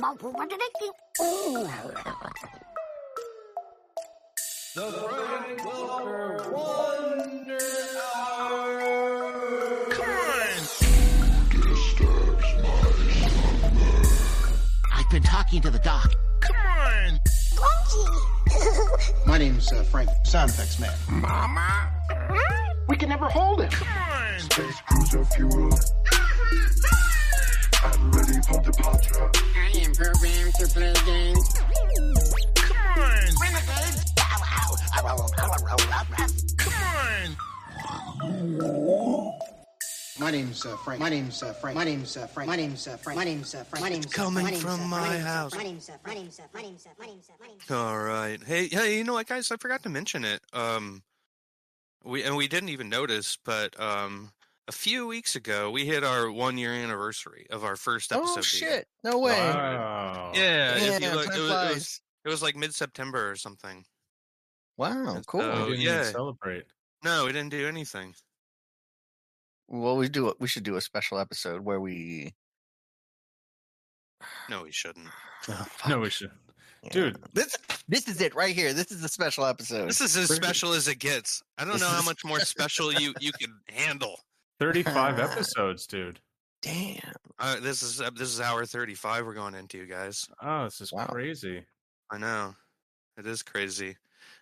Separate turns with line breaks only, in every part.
bump over to the.
The Frank Wilker Wonder Hour.
I've been talking to the doc.
My name's uh, Frank Soundfix Man.
We can never hold him.
Space cruiser fuel. I'm ready for departure.
I am programmed to play games.
My name's uh, Frank. My name's uh, Frank. My name's uh, Frank. My name's uh, Frank. My name's uh, Frank. My name's uh,
coming
my name's, uh,
from
Frank.
my
name's, uh,
house.
My name's uh, Frank. My name's uh, Frank. My name's uh, Frank. My name's uh, Frank.
All right. Hey, yeah, you know what, guys? I forgot to mention it. Um, we and we didn't even notice, but um, a few weeks ago we hit our one year anniversary of our first episode.
Oh
being-
shit! No way.
Wow.
Yeah, if you
Yeah,
look, it, was,
time
it, was,
flies.
it was like mid September or something.
Wow, cool.
We
Oh,
didn't
yeah.
even celebrate.
No, we didn't do anything.
well, we do. We should do a special episode where we.
No, we shouldn't.
Oh,
No,
fuck.
we should.
Yeah.
Dude,
This this is it right here. This is the special episode.
This is as
Pretty-
special as it gets. I don't
This
know how
is-
much more special you you can handle.
35 episodes, dude.
Damn.
Uh, this is uh, this is hour thirty five we're going into, guys.
Oh, this is
Wow.
crazy.
I know, it is crazy.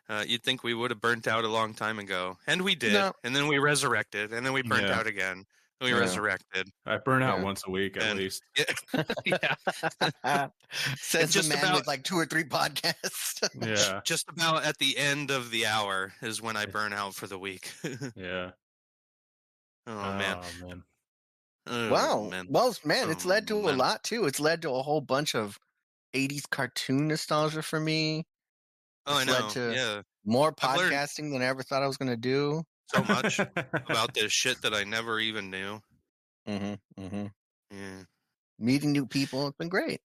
Uh, you'd think we would have burnt out a long time ago, and we did.
No.
And then we resurrected, and then we burnt
Yeah.
out again. And we
Yeah.
resurrected.
I burn out
Yeah.
once a week at
And-
least.
yeah,
Says
just
the man
about-
with like two or three podcasts.
Yeah.
just about at the end of the hour is when I burn out for the week. oh,
Yeah.
man!
Oh, man.
Oh,
wow.
man.
Well, man, it's
Oh,
led to a
man.
lot too. It's led to a whole bunch of 80s cartoon nostalgia for me.
Oh, I
it's led
know.
to-
Yeah,
More
I've learned-
podcasting than I ever thought I was going to do.
so much about this shit that I never even knew.
Mm-hmm, mm-hmm.
Yeah,
Meeting new people. It's been great.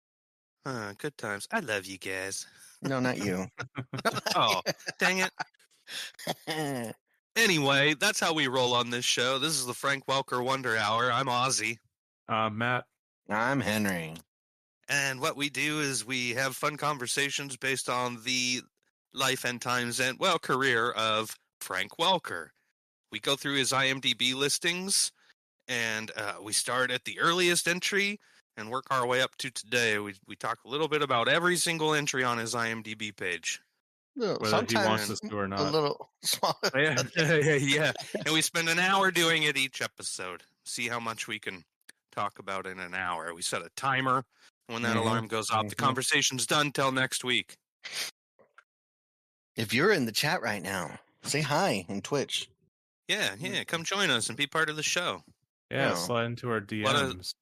Huh, good times. I love you guys.
No, not you.
Oh, dang it. Anyway, that's how we roll on this show. This is the Frank Welker Wonder Hour. I'm Ozzy.
uh, Matt,
I'm Henry.
And what we do is we have fun conversations based on the life and times and, well, career of Frank Welker. We go through his IMDb listings and uh, we start at the earliest entry and work our way up to today. We, we talk a little bit about every single entry on his IMDb page.
Little-
whether he wants
Sometimes
us to or
a
not.
little small.
yeah.
yeah. And we spend an hour doing it each episode. See how much we can talk about in an hour. We set a timer. When that
Mhm,
alarm goes off, the
mhm.
conversation's done till next week.
If you're in the chat right now, say hi on Twitch.
Yeah, yeah. Come join us and be part of the show.
Yeah,
Yeah.
slide into our DMs.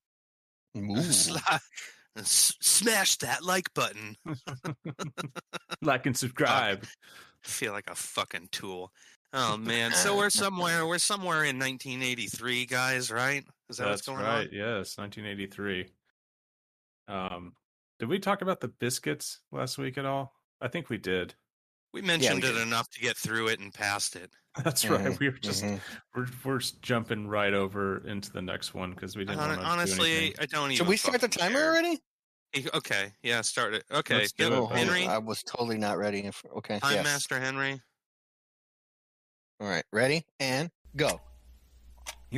Ooh.
Sla- s- smash that like button.
like and subscribe.
I feel like a fucking tool. Oh man. So we're somewhere we're somewhere in 1983, guys, right? Is that what's
That's
going
right.
on?
Yes, 1983. Um, did we talk about the biscuits last week at all? I think we did.
We mentioned
we
it
did.
enough to get through it and past it.
That's
Mhm,
Mm-hmm,
right. We were just
mhm.
we're, we're s- jumping right over into the next one because we didn't
Hon-
want to
honestly, I don't even
Should we start the
fucking
timer
care.
already?
Y- Okay, yeah, start it. Okay,
Let's do
yep,
it,
Oh,
buddy.
Henry,
I was totally not ready. for- Okay.
Time
yes.
Master Henry.
All right. Ready and go.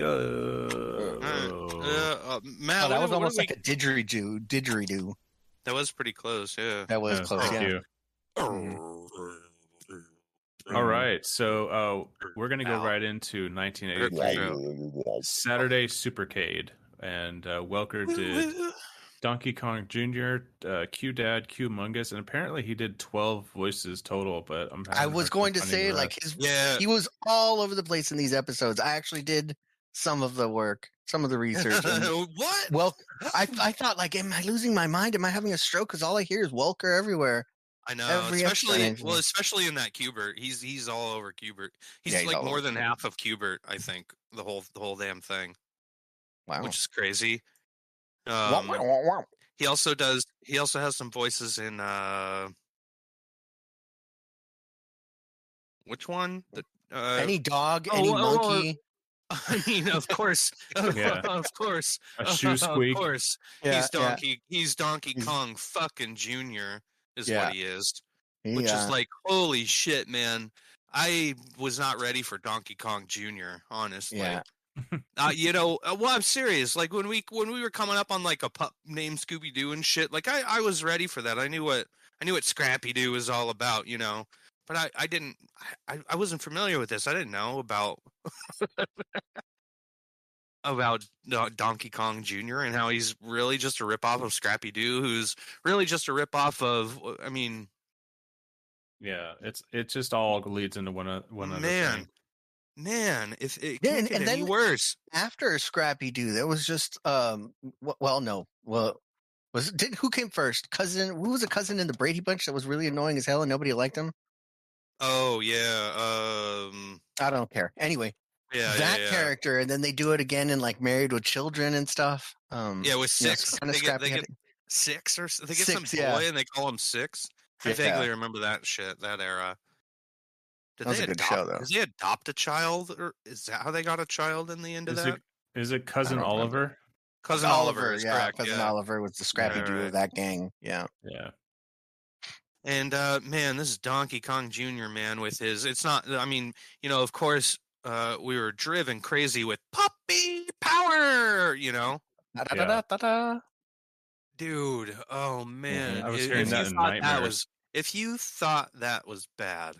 Oh,
Uh,
yeah.
uh,
Oh,
Matt,
that
what-
was
what
almost
we-
like a didgeridoo. Didgeridoo.
that was pretty close. Yeah.
That was close.
Thank
Yeah.
you. All
Mm-hmm.
right, so uh, we're gonna go
Ow.
right into 1983
Wow.
Saturday Supercade, and uh, Welker did Donkey Kong Jr., uh, Q Dad, Q Mungus, and apparently he did 12 voices total. But I'm
I
having a uh,
was
hard
going
time
to
finding
say
the
like
rest.
his
Yeah.
he was all over the place in these episodes. I actually did some of the work, some of the research.
Oh.
and-
what?
well, I I thought like, am I losing my mind? Am I having a stroke? Because all I hear is Welker everywhere.
I know,
every
especially
explanation.
well, especially in that Cubert. He's he's all over Cubert. He's
Yeah, he's
like
all
more
over
than half of Cubert, I think. The whole the whole damn thing,
Wow.
which is crazy.
Wah,
Um,
wah, wah, wah.
he also does. He also has some voices in. uh Which one? The, uh,
any dog,
oh,
any
oh, oh,
monkey.
I mean, of course, of,
Yeah.
of course,
A shoe squeak.
Of course,
Yeah,
he's Donkey. He's Donkey
He's-
Kong fucking Junior is
Yeah.
what he is.
yeah,
Which
yeah.
is like, holy shit, man! I was not ready for Donkey Kong Junior. Honestly,
Yeah.
uh, you know, uh, well, I'm serious. Like when we when we were coming up on like a pup named Scooby Doo and shit, like I I was ready for that. I knew what I knew what Scrappy Doo was all about, you know. But I I didn't I- I I wasn't familiar with this. I didn't know about about uh, Donkey Kong Jr. and how he's really just a ripoff of Scrappy Doo, who's really just a ripoff of uh, I mean,
Yeah, it's it just all leads into one o- one other
Man.
thing.
man, if it
Yeah,
can't
and-
get
and
any
then-
worse.
After Scrappy Doo, there was just um. w- Well, no, well, was did who came first? Cousin? Who was a cousin in the Brady Bunch that was really annoying as hell and nobody liked him?
Oh yeah, um,
I don't care. Anyway,
yeah, yeah,
that
yeah.
character, and then they do it again in like Married with Children and stuff. Um,
Yeah, with
you know,
six,
kinda
they get,
Scrappy
they
had-
get six or s- they get
Six,
some boy
yeah.
and they call him six. I
Yeah.
vaguely remember that shit, that era. Did
That was
they
a good
adopt,
show, though.
Did they adopt a child, or is that how they got a child in the end of
Is
that?
it is it cousin
don't remember.
Oliver?
Cousin Oliver, is
yeah,
correct,
cousin
yeah.
Oliver was the Scrappy
Right,
Doo
right.
of that gang. Yeah,
Yeah,
And uh, man, this is Donkey Kong Jr. Man with his. It's not. I mean, you know, of course, uh, we were driven crazy with puppy power. You know,
Da-da-da-da-da.
dude. Oh man,
I was
i-
hearing
if
that
you
in
thought that
Nightmares.
was if you thought that was bad,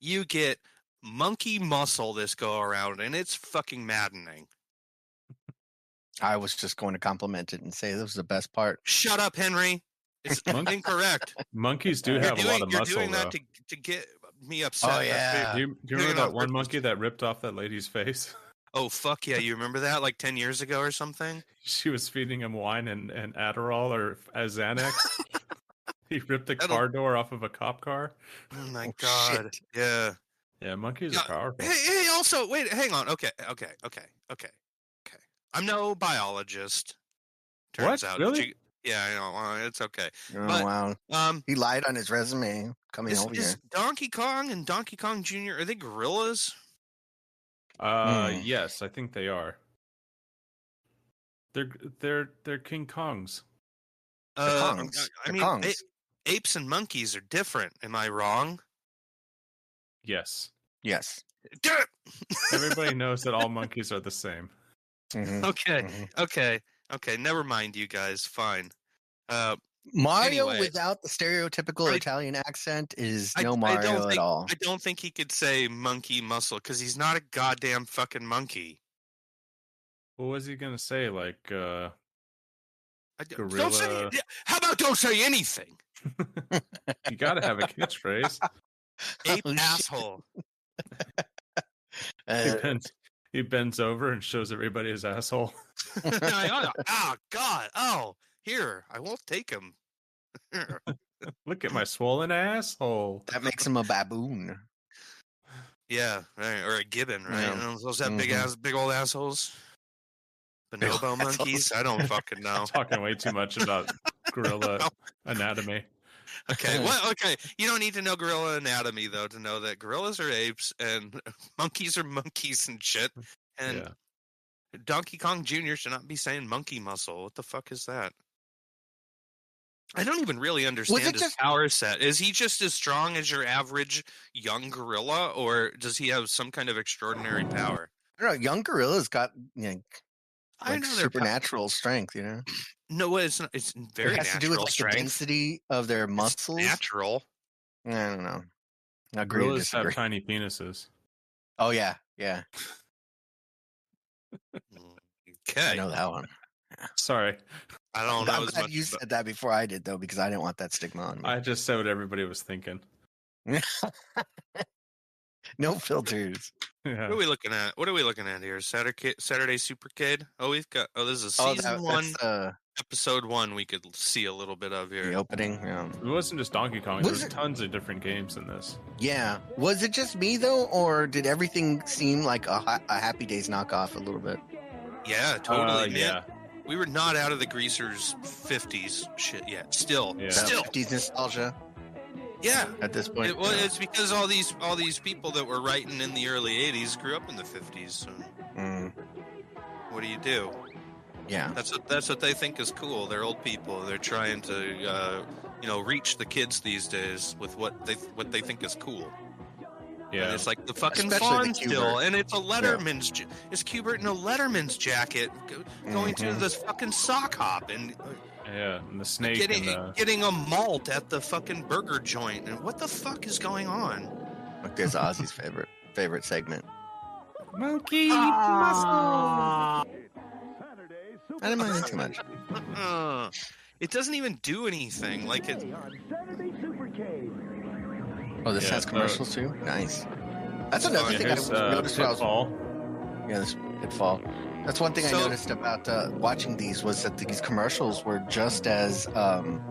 you get monkey muscle this go around, and it's fucking maddening.
I was just going to compliment it and say this was the best part.
Shut up, Henry. It's
Monkey-
incorrect.
monkeys do
You're
You're
have a lot
doing,
of
you're
muscle
doing
though. Oh,
that to, uh, to get me upset. That's
yeah.
do you, do you
doing it
remember
on
that one
purpose.
monkey that ripped off that lady's face?
Oh fuck yeah, you remember that like ten years ago or something?
she was feeding him wine and, and Adderall or uh, Xanax. he ripped the
That'll-
car door off of a cop car.
Oh my
Oh, shit.
god. Yeah.
Yeah, monkeys
Yeah,
are powerful.
Hey, hey, also wait, hang on. Okay, okay, okay, okay, okay. I'm no biologist. Turns
What?
out.
Really?
You- yeah, I know. uh, It's okay.
Oh,
But-
wow,
Um
he lied on his resume coming
is,
over
is
here.
Donkey Kong and Donkey Kong Jr. are they gorillas?
Uh,
Hmm.
yes, I think they are. They're they're they're King Kongs.
Uh,
Kongs.
I
They're
mean a-
Kongs.
apes and monkeys are different. Am I wrong?
Yes,
Yes.
Damn it!
everybody knows that all monkeys are the same.
Mhm,
Okay.
mhm.
Okay. Okay. Never mind you guys. Fine. Uh
Mario
Anyway.
without the stereotypical
I-
Italian accent is
I-
no
I don't
Mario at
think-
all.
I don't think he could say monkey muscle because he's not a goddamn fucking monkey.
What was he gonna say? Like, uh,
I d- Don't say.
Gorilla.
How about don't say anything?
you gotta have a catchphrase.
Ape
Oh, shit.
asshole.
he
Uh,
bends he bends over and shows everybody his asshole.
oh God. Oh, here I won't take him. Here.
Look at my swollen asshole.
that makes him a baboon.
yeah, right, or a gibbon, right?
Yeah.
You know, those that big
Mhm.
ass, big old assholes.
old
Bonobo
assholes.
monkeys. I don't fucking know.
Talking way too much about gorilla anatomy.
Okay, well, okay. You don't need to know gorilla anatomy though to know that gorillas are apes and monkeys are monkeys and shit. And
yeah.
Donkey Kong Jr. should not be saying monkey muscle. What the fuck is that? I don't even really understand
it
his
just-
power set. Is he just as strong as your average young gorilla, or does he have some kind of extraordinary power?
I don't know. Young gorilla's got you know,
I
like
know they're
supernatural strength. You know,
No, it's not, it's very
it has
natural
to do with like
strength.
the density of their
It's
muscles.
natural.
I don't know. Agree to
Gorillas
disagree.
have tiny penises.
Oh yeah, yeah.
Okay,
I know that one.
Sorry,
I don't know
I'm
as
glad
much.
you
about-
said that before I did though, because I didn't want that stigma on me.
I just said what everybody was thinking.
no filters.
Yeah.
What are we looking at? What are we looking at here? Saturday, Saturday Supercade. Oh, we've got. Oh, this is
Oh,
season
that,
one,
that's uh,
episode one. We could see a little bit of here.
the opening. Yeah.
It wasn't just Donkey Kong.
Was
There's
it-
tons of different games in this.
yeah. Was it just me though, or did everything seem like a, ha- a Happy Days knockoff a little bit?
Yeah, totally.
Uh,
man.
yeah,
We were not out of the greasers 50s shit yet. Still,
Yeah.
That
still,
50s nostalgia
yeah.
at this point.
It- well,
Yeah.
it's because all these all these people that were writing in the early 80s grew up in the 50s. So.
Mm.
What do you do?
Yeah.
That's what that's what they think is cool. They're old people. They're trying to, uh, you know, reach the kids these days with what they what they think is cool. And
Yeah.
it's like the fucking
Especially the
Bond
Q-Bert.
still, and it's a Letterman's. Ja- it's Cubert in a Letterman's jacket go- going to
Mhm.
this fucking sock hop and uh,
Yeah. And the snake
getting
and the
getting a malt at the fucking burger joint. And what the fuck is going on?
Like Mm-hmm. there's Ozzy's favorite favorite segment.
monkey
Ah.
I didn't mind it too much.
Uh, it doesn't even do anything. Like it,
Oh, this
Yeah,
has
so-
commercials too. Nice. That's another
yeah,
thing I
Here's, uh,
noticed. When I was,
Pitfall.
yeah, this pitfall. That's one thing I
So-
noticed about uh, watching these was that these commercials were just as um,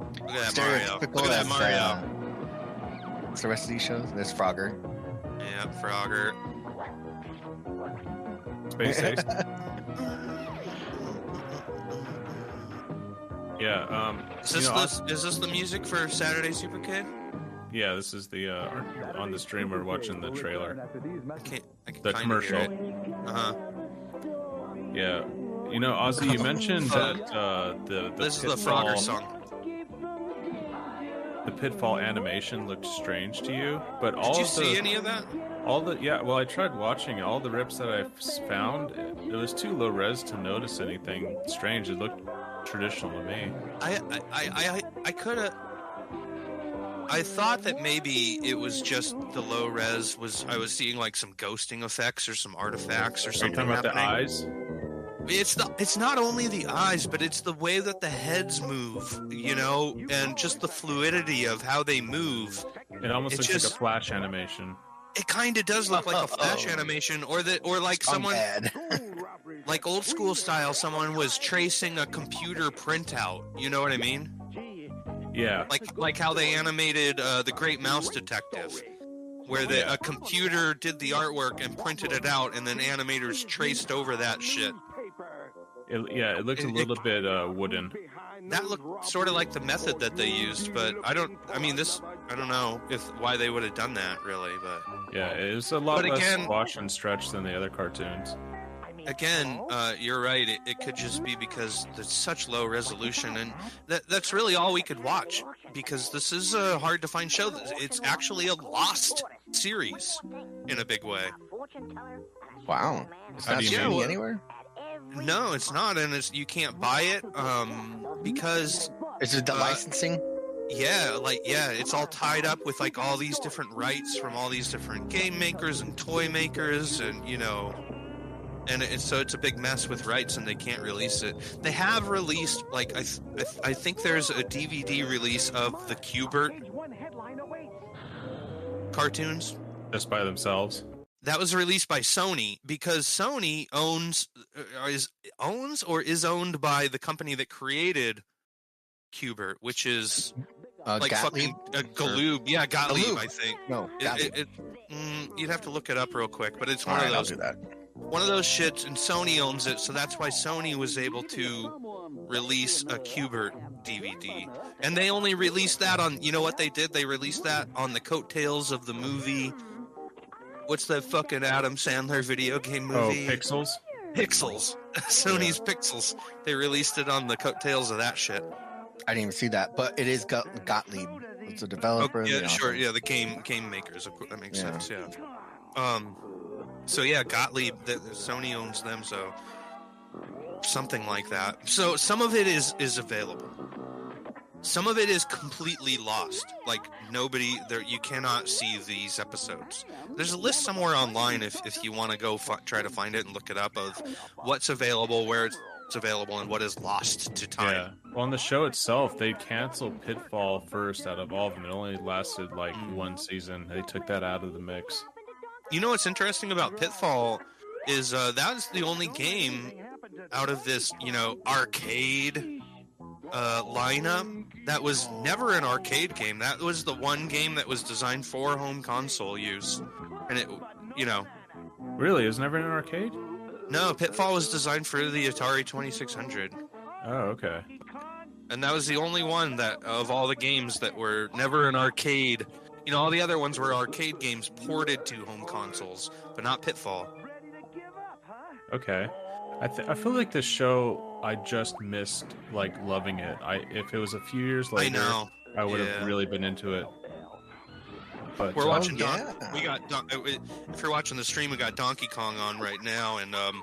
look at that Mario.
stereotypical
Look at that
as
Mario.
uh, what's the rest of these shows. There's Frogger.
Yeah, Frogger.
Space Ace. yeah. Um,
Is
you
this
know,
the is this the music for Saturday Super Kid?
yeah, this is the uh, on the stream we're watching the trailer.
I can't. I can
The
kinda
commercial.
Hear it. Uh-huh.
Yeah. You know, Ozzy, you mentioned that uh, the, the
This is the
Pitfall-
Frogger song.
The pitfall animation looked strange to you, but all
Did you
of
see
the
any of that?
all the yeah. Well, I tried watching it. all the rips that I s- found. It, it was too low res to notice anything strange. It looked traditional to me.
I I I I, I could have. I thought that maybe it was just the low res was I was seeing like some ghosting effects or some artifacts or
Are you
something
talking about the
happening.
eyes?
It's the it's not only the eyes, but it's the way that the heads move, you know, and just the fluidity of how they move.
It almost
It
looks like
just-
a flash animation.
It kind of does look like a flash
Oh.
animation, or that or like
Song
someone
ad.
like old school style. Someone was tracing a computer printout. You know what I mean?
Yeah,
Like like how they animated uh, the Great Mouse Detective. Where the, a computer did the artwork and printed it out, and then animators traced over that shit.
it, yeah, it looked a
It- it-
little bit uh, wooden.
That looked sort of like the method that they used, but I don't. I mean, this. I don't know if why they would have done that, really. But
Yeah, it was a lot
But
less
again-
squash and stretch than the other cartoons.
again, uh, you're right. It, it could just be because it's such low resolution, and that that's really all we could watch because this is a hard to find show. It's actually a lost series in a big way.
Wow. It's
How
not
do you
streaming
mean?
anywhere.
No, it's not, and it's you can't buy it um, because
Is it the
Uh,
licensing?
Yeah, like yeah, it's all tied up with like all these different rights from all these different game makers and toy makers and you know and it, so it's a big mess with rights and they can't release it. They have released like I th- I, th- I think there's a DVD release of the Cubert cartoons.
Just by themselves.
That was released by Sony because Sony owns uh, is owns or is owned by the company that created Cubert, which is
Uh,
like
Gottlieb?
fucking uh, Galoob. Yeah, Gottlieb,
Galoob.
I think.
No.
It,
Gottlieb.
it, it, mm, you'd have to look it up real quick, but it's
All
one
right,
of
I'll
those
do that.
one of those shits, and Sony owns it, so that's why Sony was able to release a Cubert DVD, and they only released that on. You know what they did? They released that on the coattails of the movie. What's that fucking Adam Sandler video game
Oh,
movie?
pixels.
Pixels. Sony's Pixels. They released it on the coattails of that shit.
I didn't even see that, but it is Go- Gottlieb. It's a developer.
Okay,
you
Oh, yeah,
know.
sure. Yeah, the game game makers. Of course, that makes
Yeah.
sense. Yeah. Um. So yeah, Gottlieb. The, the Sony owns them, so something like that. So some of it is is available. Some of it is completely lost. Like nobody there. You cannot see these episodes. There's a list somewhere online if if you want to go fi- try to find it and look it up of what's available, where it's it's available, and what is lost to time.
Yeah. Well, on the show itself, they canceled Pitfall first out of all of them. It only lasted like
Mm.
one season. They took that out of the mix.
You know what's interesting about Pitfall is uh, that's the only game out of this, you know, arcade uh, lineup that was never an arcade game. That was the one game that was designed for home console use, and it, you know,
Really? It was never in an arcade?
no, Pitfall was designed for the Atari Twenty Six Hundred,
Oh, okay.
and that was the only one that of all the games that were never an arcade. You know, all the other ones were arcade games ported to home consoles, but not Pitfall.
Okay. I, th- I feel like this show I just missed like loving it. I if it was a few years
I
later,
know.
I would
Yeah.
have really been into it. But
We're
uh,
watching Don-
Oh, yeah.
We got Don- uh, we- if you're watching the stream, we got Donkey Kong on right now, and um,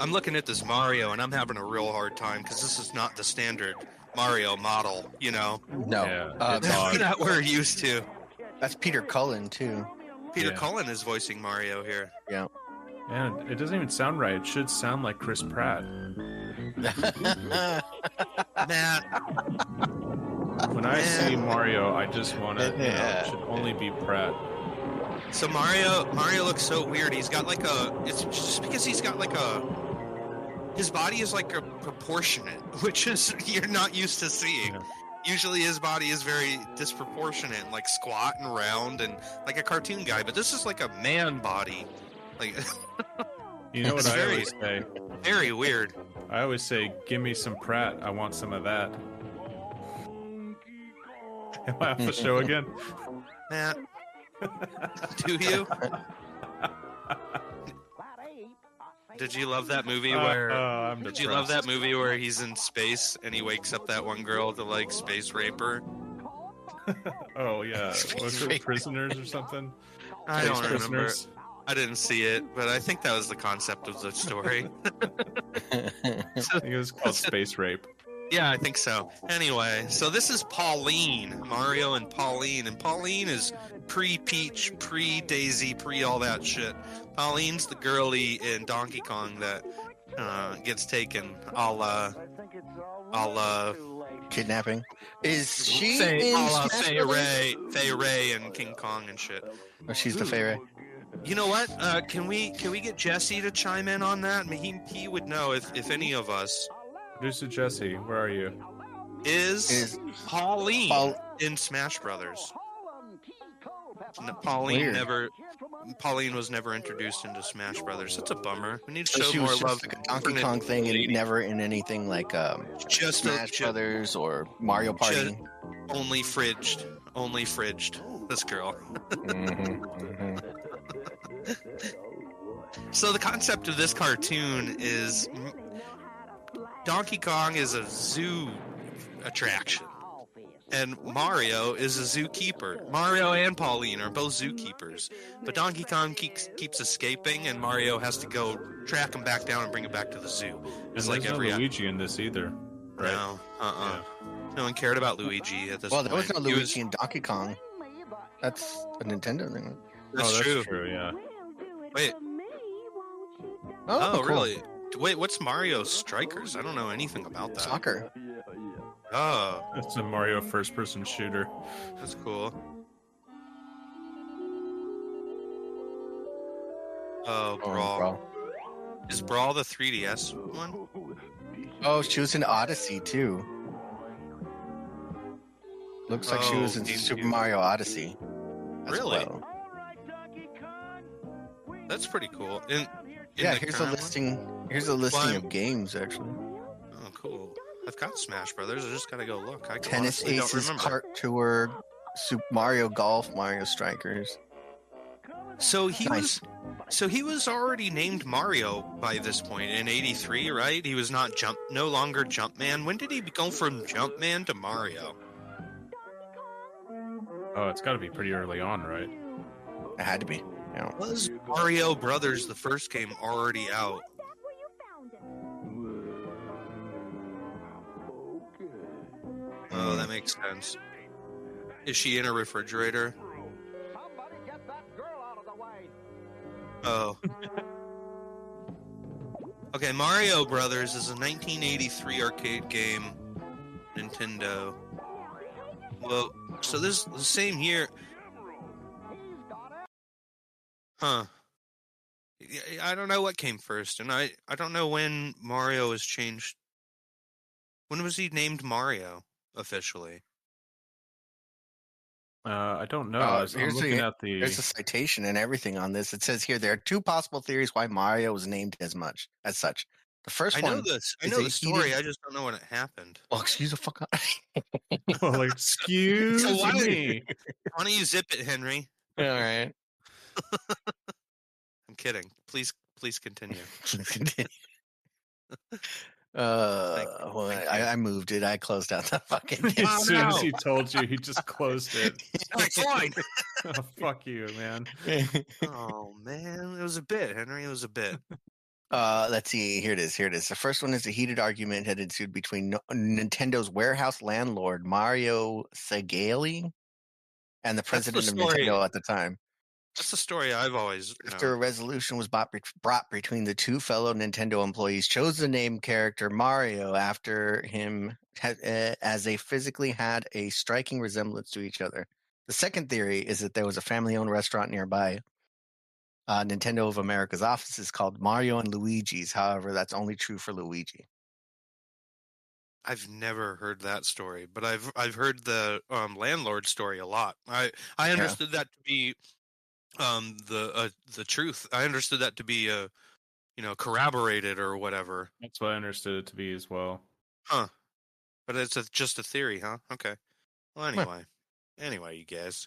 I'm looking at this Mario, and I'm having a real hard time because this is not the standard Mario model. You know,
No,
Yeah,
uh,
it's hard.
that we're used to.
that's Peter Cullen too.
Peter
Yeah.
Cullen is voicing Mario here.
and it doesn't even sound right. It should sound like Chris Pratt.
Matt,
When I see Mario, I just want to.
Yeah.
it should only be Pratt.
so Mario, Mario looks so weird. He's got like a. It's just because he's got like a. His body is like a proportionate, which is you're not used to seeing.
Yeah.
Usually his body is very disproportionate, like squat and round and like a cartoon guy. But this is like a man body, like
You know what
It's
I
very-
always say?
very weird.
I always say, "Give me some Pratt. I want some of that." Am I off the show again?
Matt, do you? Did you love that movie where?
Uh, uh, I'm
Did you love
depressed.
that movie where he's in space and he wakes up that one girl to like space rape her?
Oh yeah, was it prisoners or something?
I
Space
don't remember.
Prisoners?
I didn't see it, but I think that was the concept of the story.
I think it was called space rape.
yeah, I think so. Anyway, so this is Pauline, Mario and Pauline, and Pauline is pre Peach, pre Daisy, pre all that shit. Pauline's the girly in Donkey Kong that uh, gets taken. I'll uh, I'll uh,
Kidnapping. Is she
Fay,
in
a la
Smash
Fay
Brothers?
Ray, Fay Ray, and King Kong and shit.
Oh, she's the Fey Ray.
You know what? Uh, can we can we get Jesse to chime in on that? I mean, he he would know if if any of us
Producer Jesse, where are you?
is,
Is
Pauline
Paul-
in Smash Brothers. N- Pauline
Weird.
never. Pauline was never introduced into Smash Brothers. That's a bummer. We need to
So
show
she
more
was
love.
just like a Donkey Kong thing and never in anything like um,
Just
Smash
ju-
Brothers or Mario Party.
Ju- only fridged. Only fridged. This girl. Mm-hmm. So the concept of this cartoon is mm, Donkey Kong is a zoo attraction, and Mario is a zookeeper. Mario and Pauline are both zookeepers, but Donkey Kong keeps keeps escaping, and Mario has to go track him back down and bring him back to the zoo. It's
And
like
there's no
every
Luigi in this either, right?
no, uh, uh no one cared about Luigi at this
Well,
point.
there was no
He
Luigi and Donkey Kong. That's a Nintendo thing.
that's,
oh, that's
true.
Yeah.
Wait, oh,
Oh, cool.
really? Wait, what's Mario Strikers? I don't know anything about that.
Soccer.
Oh.
It's a Mario first-person shooter.
That's cool. Oh,
Oh,
Brawl.
bro.
Is Brawl the 3DS one?
Oh, she was in Odyssey too. Looks like she
Oh,
was in
GameCube.
Super Mario Odyssey. as
Really?
well.
That's pretty cool. In, in
Yeah.
the
Here's a
current one?
listing. Here's a listing
I'm-
of games actually.
Oh, cool. I've got Smash Brothers. I just gotta go look. I
Tennis
honestly don't
Aces,
remember.
Kart Tour, Super Mario Golf, Mario Strikers.
so he
Nice.
was, so he was already named Mario by this point in '83, right? He was not Jump, no longer Jumpman. When did he go from Jumpman to Mario?
Oh, it's got to be pretty early on, right?
It had to be. Yeah.
Was Mario Brothers the first game already out? Oh,
Mm.
that makes sense. Is she in a refrigerator? Oh. okay, Mario Brothers is a 1983 arcade game, Nintendo. Well, so this the same year. Huh. Yeah, I don't know what came first, and I I don't know when Mario was changed. When was he named Mario officially?
Uh, I don't know.
Oh,
I was, I'm
here's the-
looking at the.
There's a citation and everything on this. It says here there are two possible theories why Mario was named as much as such. The first
I
one,
know this. I
is
know
a
the story.
heated-
I just don't know when it happened.
oh, excuse the fuck.
Oh, like, excuse
So why would-
me.
Why don't you zip it, Henry?
All right.
I'm kidding. Please, please continue.
Uh,
Thank you.
well,
Thank
I, I moved it. I closed out that fucking.
As
Oh,
soon as
no.
he told you, he just closed it.
Next line.
oh, fuck you, man.
game.
Oh man, it was a bit, Henry. It was a bit.
Uh, let's see. Here it is. Here it is. The first one is a heated argument had ensued between no- Nintendo's warehouse landlord Mario Segale and the
That's the
president of
story.
Nintendo at the time.
That's the story I've always.
After a
known.
resolution was bought, brought between the two fellow Nintendo employees, chose the name character Mario after him, ha- uh, as they physically had a striking resemblance to each other. The second theory is that there was a family-owned restaurant nearby, uh, Nintendo of America's offices called Mario and Luigi's. However, that's only true for Luigi.
I've never heard that story, but I've I've heard the um, landlord story a lot. I I understood that to be um, the uh, the truth. I understood that to be uh, you know corroborated or whatever.
That's what I understood it to be as well.
But it's a, just a theory, huh? Okay. Well,
Huh.
anyway, anyway, you guys,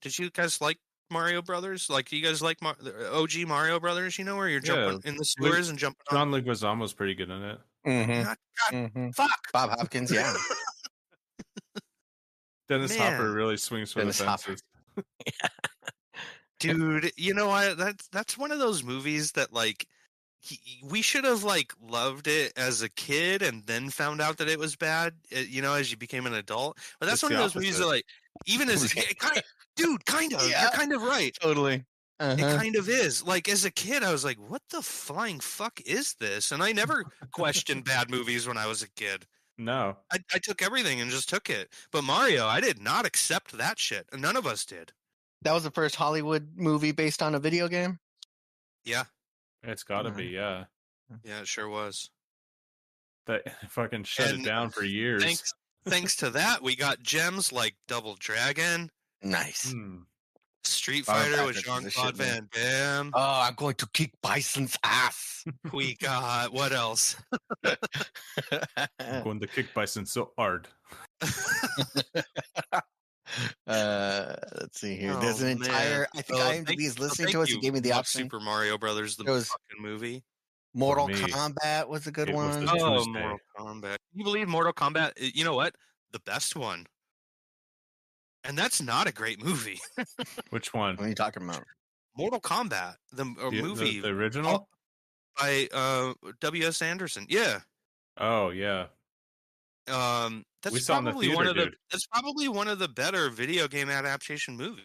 did you guys like Mario Brothers? Like, do you guys like Mar- the OG Mario Brothers? You know where you're jumping in the
Luke-
sewers and jumping on.
John Leguizamo was pretty good in it.
Mm-hmm.
God, God, fuck.
Bob Hopkins, yeah.
Dennis Hopper
Man.
really swings for
Dennis
the
Hopper.
fences.
dude you know i that's that's one of those movies that like he, we should have like loved it as a kid and then found out that it was bad uh, you know as you became an adult but that's
It's
one
the
of those movies that like even as a kid kind of, dude kind of
Yeah.
you're kind of right
totally. Uh-huh.
it kind of is like as a kid i was like what the flying fuck is this and i never questioned bad movies when i was a kid
No,
I, I took everything and just took it but mario i did not accept that shit and none of us did
That was the first Hollywood movie based on a video game.
yeah
it's got to
Mhm.
be. Yeah,
yeah it sure was
that fucking shut
And
it down for years.
thanks thanks to that we got gems like double dragon
Nice.
Hmm.
street
Final
fighter with
Fantasy is the
jean-claude
shit, man.
van damme
Oh, I'm going to kick Bison's ass.
we got what else
I'm going to kick Bison so hard.
Uh, let's see here. There's
Oh,
an entire.
man.
I think
Oh,
IMDb
thank-
is
oh,
listening
thank
to us.
you.
He gave me the
Love
option.
super mario brothers the
It was-
fucking movie
Mortal
me.
Kombat was a good
It was
one.
the-
oh
Tuesday.
mortal kombat Can you believe mortal kombat i- you know what the best one and that's not a great movie
Which one?
What are you talking about?
mortal kombat the m- uh,
The- the-
movie Oh.
The, original?
by uh ws anderson yeah
Oh yeah.
Um, that's
saw it in the
probably one
theater,
of the
dude.
that's probably one of the better video game adaptation movies.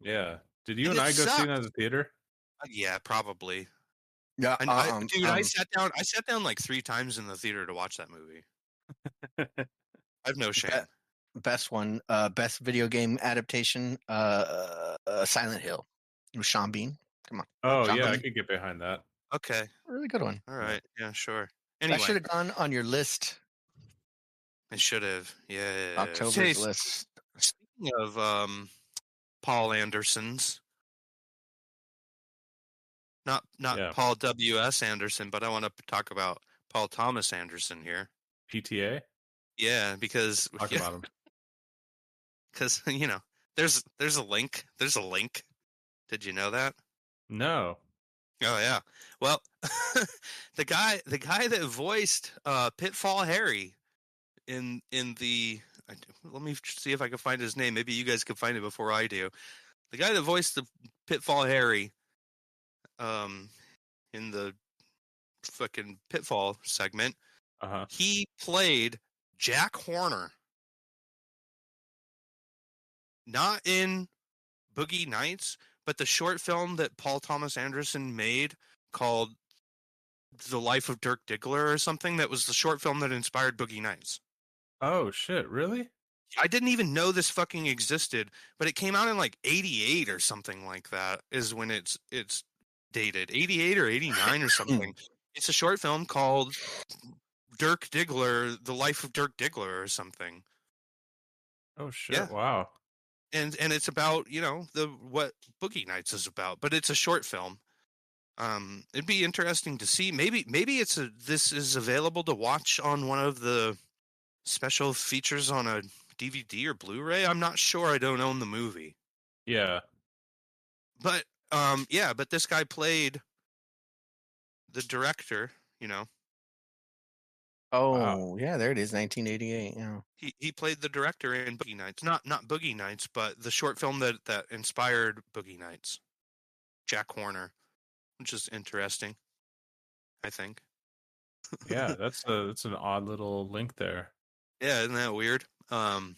Yeah. Did you
And
and,
it
I go see
sucked.
it at the theater?
Uh, Yeah, probably.
Yeah,
And I,
um,
dude, I
um,
sat down. I sat down like three times in the theater to watch that movie. I've no shame.
bet- best one, uh, best video game adaptation, uh, uh, Silent Hill with Sean Bean.
Oh yeah, I
Something.
could get behind that.
Okay,
Really good one.
all right, yeah, sure. Anyway,
That should have gone on your list.
it should have. Yeah,
October's
Say,
list.
Speaking of um, Paul Anderson's, not not
Yeah.
Paul W. S. Anderson, but I want to talk about Paul Thomas Anderson here.
PTA.
Yeah, because
Talk
yeah.
about him.
because you know there's there's a link there's a link did you know that
No.
oh yeah well the guy the guy that voiced uh pitfall harry in in the I d let me see if i can find his name maybe you guys can find it before i do the guy that voiced the pitfall harry um in the fucking pitfall segment
Uh huh.
he played Jack Horner. Not in Boogie Nights, but the short film that Paul Thomas Anderson made called The Life of Dirk Diggler or something that was the short film that inspired Boogie Nights.
Oh shit! Really?
I didn't even know this fucking existed, but it came out in like 88 or something like that is when it's it's dated. 88 or 89 or something. It's a short film called Dirk Diggler, The Life of Dirk Diggler or something.
Oh shit!
Yeah.
Wow.
And and it's about, you know, the what Boogie Nights is about, but it's a short film. Um it'd be interesting to see. Maybe maybe it's a this is available to watch on one of the special features on a DVD or Blu-ray. I'm not sure. I don't own the movie.
Yeah.
but um yeah but this guy played the director you know
Oh,
Wow.
yeah, there it is, 1988. Yeah.
He he played the director in Boogie Nights. Not not Boogie Nights, but the short film that that inspired Boogie Nights. Jack Horner, which is interesting. I think.
Yeah, that's a that's an odd little link there. Oh,
Yeah, isn't that weird? Um,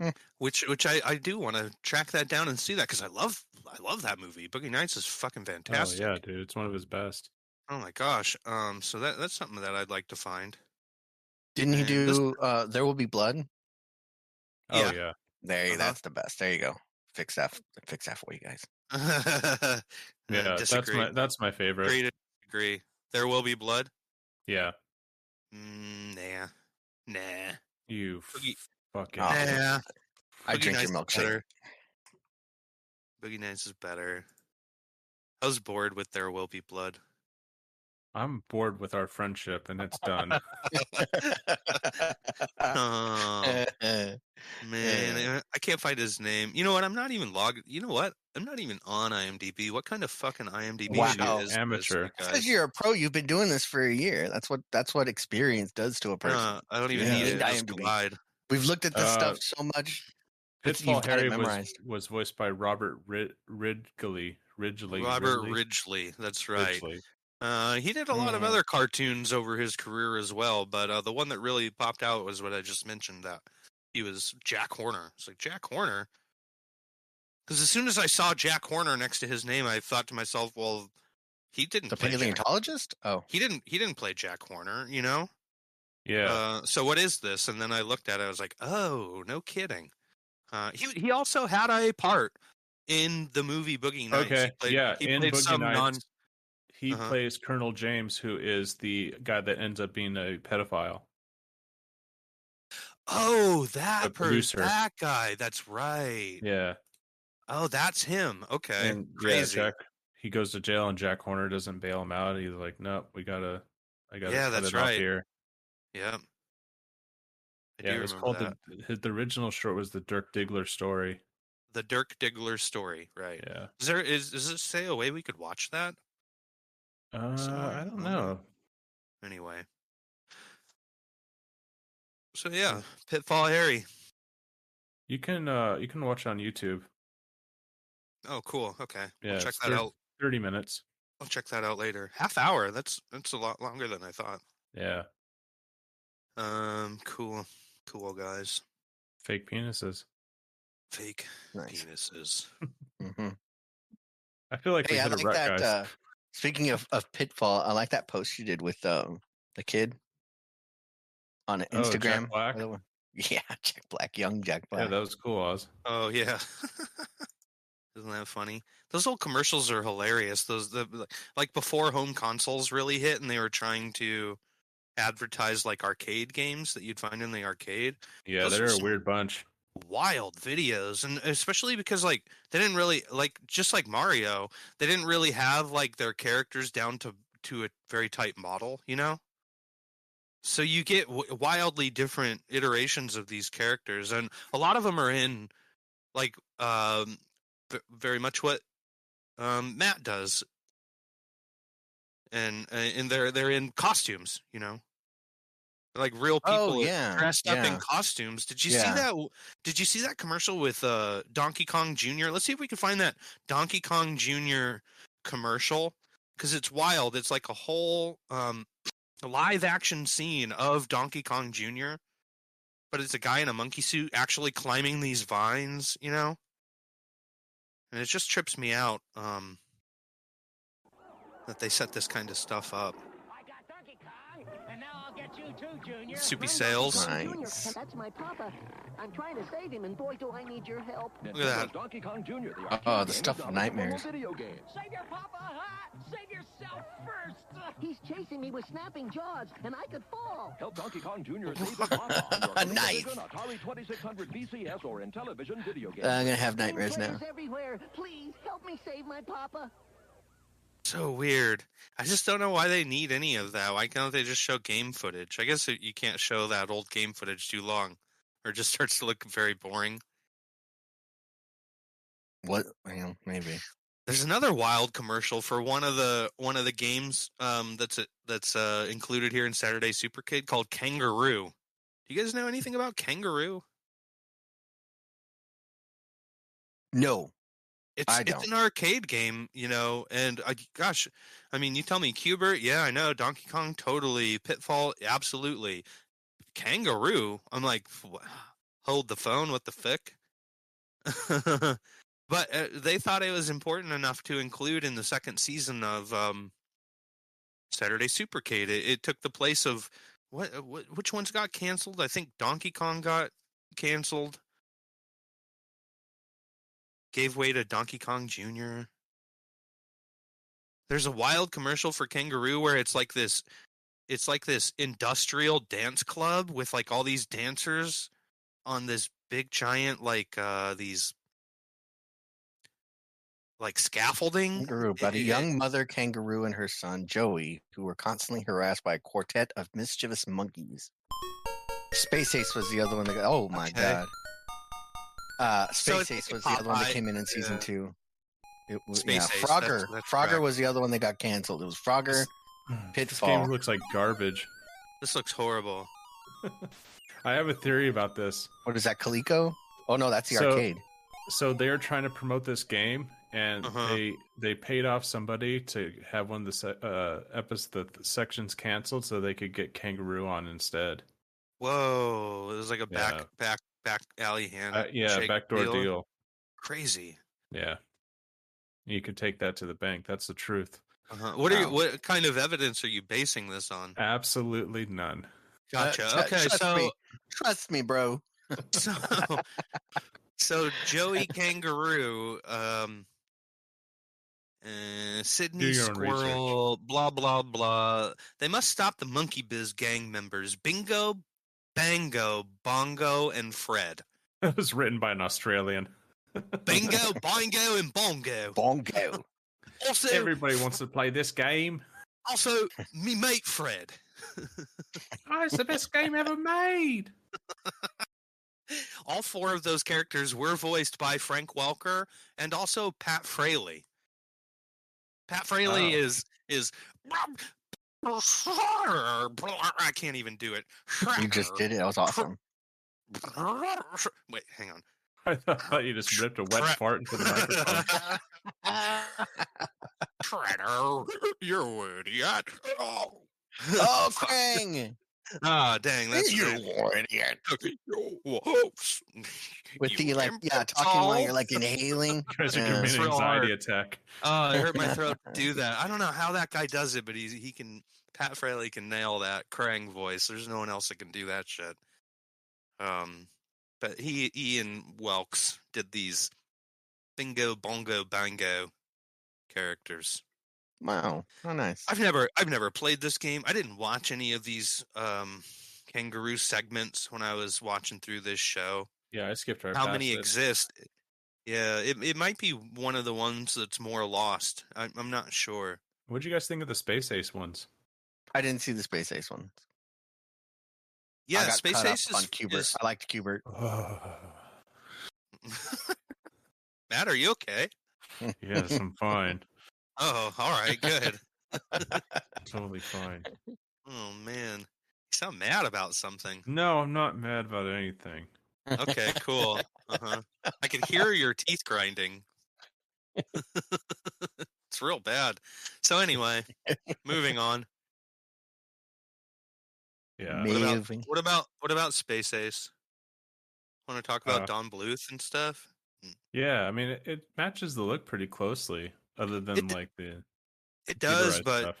Mm.
which which I I do want to track that down and see that because I love I love that movie. Boogie Nights is fucking
Oh
fantastic.
yeah, dude, it's one of his best.
Oh my gosh. Um, so that that's something that I'd like to find.
Didn't he
And this-
do uh, There Will Be Blood?
Oh
Yeah.
yeah,
There, you
Uh-huh.
that's the best. There you go. Fix that. Fix that for you guys.
yeah,
yeah, that's my that's my favorite.
Agree to disagree. There will be blood.
Yeah,
Mm, nah, nah,
you
Boogie-
fucking.
Oh,
idiot.
nah.
I
Boogie
drink your
Nights is
milkshake.
better. Boogie Nights is better. I was bored with There Will Be Blood.
I'm bored with our friendship, and it's done.
Ah.
Uh,
Oh man,
Yeah.
uh, I can't find his name. You know what? I'm not even logged. You know what? I'm not even on IMDb. What kind of fucking IMDb shit
Wow.
is this,
Amateur.
you
Because
guys?
you're a pro, you've been doing this for a year. That's what that's what experience does to a person.
Uh, I don't even
Yeah.
need
You
it.
need
I just
IMDb.
lied.
We've looked at this
uh,
stuff so much. It's-
Pitfall
you've got it
Harry was,
memorized.
was voiced by Robert Rid- Ridgely. Ridgely.
Robert
Ridley?
Ridgely. That's right.
Ridgely.
Uh, he did a lot of
Mm.
Hmm.
other cartoons over his career as well, but uh, the one that really popped out was what I just mentioned that he was Jack Horner. It's like Jack Horner. Because as soon as I saw Jack Horner next to his name, I thought to myself, "Well, he didn't
The
play Jack.
paleontologist? Oh,
He didn't. He didn't play Jack Horner. You know.
Yeah.
Uh, so what is this? And then I looked at it. I was like, "Oh, no kidding." Uh, he he also had a part in the movie Boogie Nights. He
okay.
played-
yeah.
He
in
played
Boogie
some
Nights,
non.
he
Uh-huh.
plays Colonel James, who is the guy that ends up being a pedophile.
Oh, that
producer.
person, that guy. That's right.
Yeah.
Oh, that's him. Okay,
And yeah,
crazy.
Jack. He goes to jail, and Jack Horner doesn't bail him out. He's like, "Nope, we gotta, I gotta
Yeah,
cut
that's
it off
right.
here."
Yeah. I
yeah,
do
it was
remember
called
that.
the his, the original short was the Dirk Diggler story.
the Dirk Diggler story. Right.
Yeah.
Is there is does it say a way we could watch that
Uh,
Sorry,
I don't
hold on.
know.
anyway? So yeah, Pitfall Harry.
You can uh you can watch it on YouTube.
Oh, cool. Okay,
Yeah,
I'll check
it's
that
thir-
out.
Thirty minutes.
I'll check that out later. Half hour. That's that's a lot longer than I thought.
Yeah.
Um, cool, cool guys.
Fake penises.
Fake
nice.
penises.
Mhm.
I feel like
Hey,
we
I
hit
like
a rut,
that.
guys.
Uh, speaking of, of pitfall, I like that post you did with um, the kid on
Oh, Jack
Instagram.
Black?
By the way. Yeah, Jack Black, young Jack
yeah,
Black.
that was cool, Oz.
Oh yeah. Isn't that funny? Those old commercials are hilarious. Those the like before home consoles really hit and they were trying to advertise like arcade games that you'd find in the arcade.
Yeah,
Those were
they're a
some-
weird bunch.
Wild videos and especially because like they didn't really like just like Mario, they didn't really have like their characters down to to a very tight model, you know? So you get w- wildly different iterations of these characters, and a lot of them are in like um, v- very much what um, Matt does, and uh, and they're they're in costumes, you know, like real people
Oh, yeah,
dressed up in
yeah.
costumes. Did you see
Yeah.
that? w- Did you see that commercial with uh, Donkey Kong Jr.? Let's see if we can find that Donkey Kong Jr. commercial because it's wild. It's like a whole um, live action scene of Donkey Kong Jr. But it's a guy in a monkey suit actually climbing these vines, you know? And it just trips me out um, that they set this kind of stuff up.
I got Donkey Kong, and now I'll get you too, Junior.
Soupy sales.
Nice.
That's my papa. I'm trying to save him, and boy, do I need your help.
Look at that.
Ah,
Oh, the stuff of nightmares.
Save your papa, huh? Save yourself first. He's chasing me with snapping jaws, and I could fall.
Help Donkey Kong Jr. save his mama on your
Nice.
Activision, Atari 2600 VCS, or Intellivision video game.
Uh,
I'm gonna have nightmares now.
Players everywhere. Please help me save my papa.
So weird. I just don't know why they need any of that. Why can't they just show game footage? I guess you can't show that old game footage too long, or it just starts to look very boring.
What? Well, maybe.
There's another wild commercial for one of the one of the games um, that's that's uh, included here in Saturday Super Kid called Kangaroo. Do you guys know anything about Kangaroo?
No.
It's
I
it's
don't.
an arcade game, you know, and I, gosh, I mean, you tell me, Cubert, yeah, I know, Donkey Kong, totally, Pitfall, absolutely, Kangaroo. I'm like, "Wha- hold the phone, what the fick? but uh, they thought it was important enough to include in the second season of um, Saturday Supercade. It, it took the place of what, what? Which ones got canceled? I think Donkey Kong got canceled. Gave way to Donkey Kong Jr. There's a wild commercial for Kangaroo where it's like this it's like this industrial dance club with like all these dancers on this big giant like uh these like scaffolding
Kangaroo, but a
Yeah.
young mother kangaroo and her son Joey, who were constantly harassed by a quartet of mischievous monkeys. Space Ace was the other one that. Got, oh my
Okay.
god! Uh,
So
Space
it's
Ace
like
was the other one that
Popeye,
came in in season
yeah.
two. It was
Space
yeah,
Ace, that's-
Frogger.
that's
Frogger
correct.
was the other one that got canceled. It was Frogger.
This
Pitfall.
game looks like garbage.
this looks horrible
I have a theory about this.
What is that? Coleco? Oh no, that's the
So-
arcade.
So they're trying to promote this game, and
Uh-huh.
they they paid off somebody to have one of the se- uh, episodes, the th- sections canceled, so they could get Kangaroo on instead.
whoa it was like a back
Yeah.
back back alley hand
Uh, yeah,
shake
backdoor deal.
crazy
Yeah, you could take that to the bank. That's the truth.
uh-huh. what are you
Wow.
what kind of evidence are you basing this on
Uh, Absolutely none.
gotcha
Uh, tr-
okay
trust
so
me. trust me, bro.
So, so Joey Kangaroo, um, uh, Sydney
your own research.
Squirrel, blah blah blah. They must stop the Monkey Biz gang members: Bingo, Bango, Bongo, and Fred.
That was written by an Australian.
Bingo, Bongo, and Bongo.
Bongo.
Also,
Everybody wants to play this game.
also me mate Fred.
Oh, it's the best game ever made.
All four of those characters were voiced by Frank Welker and also Pat Fraley. Pat Fraley
Oh.
is is I can't even do it.
You just did it. That was awesome.
Wait, hang on.
I thought you just ripped a wet
Crap.
fart into the microphone.
Shredder, you idiot! Oh,
Oh, Krang!
Ah, dang, that's Oh.
idiot. With
You
the like, yeah, talking while you're like inhaling.
Guys are
Yeah.
giving me an
Throw
anxiety attack.
Oh, it hurt my throat to do that. I don't know how that guy does it, but he's, he can. Pat Fraley can nail that Krang voice. There's no one else that can do that shit. Um, but he Ian Welks did these bingo bongo bango characters.
Wow, how nice.
I've never I've never played this game. I didn't watch any of these um kangaroo segments when I was watching through this show
Yeah, I skipped right.
how
past
many
it.
exist yeah it, it might be one of the ones that's more lost I, i'm not sure
What'd you guys think of the Space Ace ones?
I didn't see the Space Ace one. I
yeah
got
space
caught up
ace
on
is,
Cubert.
is-
I liked Cubert.
matt are you okay
yes, I'm fine.
oh all right good
Totally fine.
oh man you sound mad about something
No, I'm not mad about anything.
okay cool uh-huh. i can hear your teeth grinding it's real bad so anyway moving on
Yeah.
what about-
Moving.
What about what about Space Ace? Want to talk about
Uh,
Don Bluth and stuff?
Yeah, I mean it, it matches the look pretty closely, other than
d-
like the
It does,
computerized
but
stuff.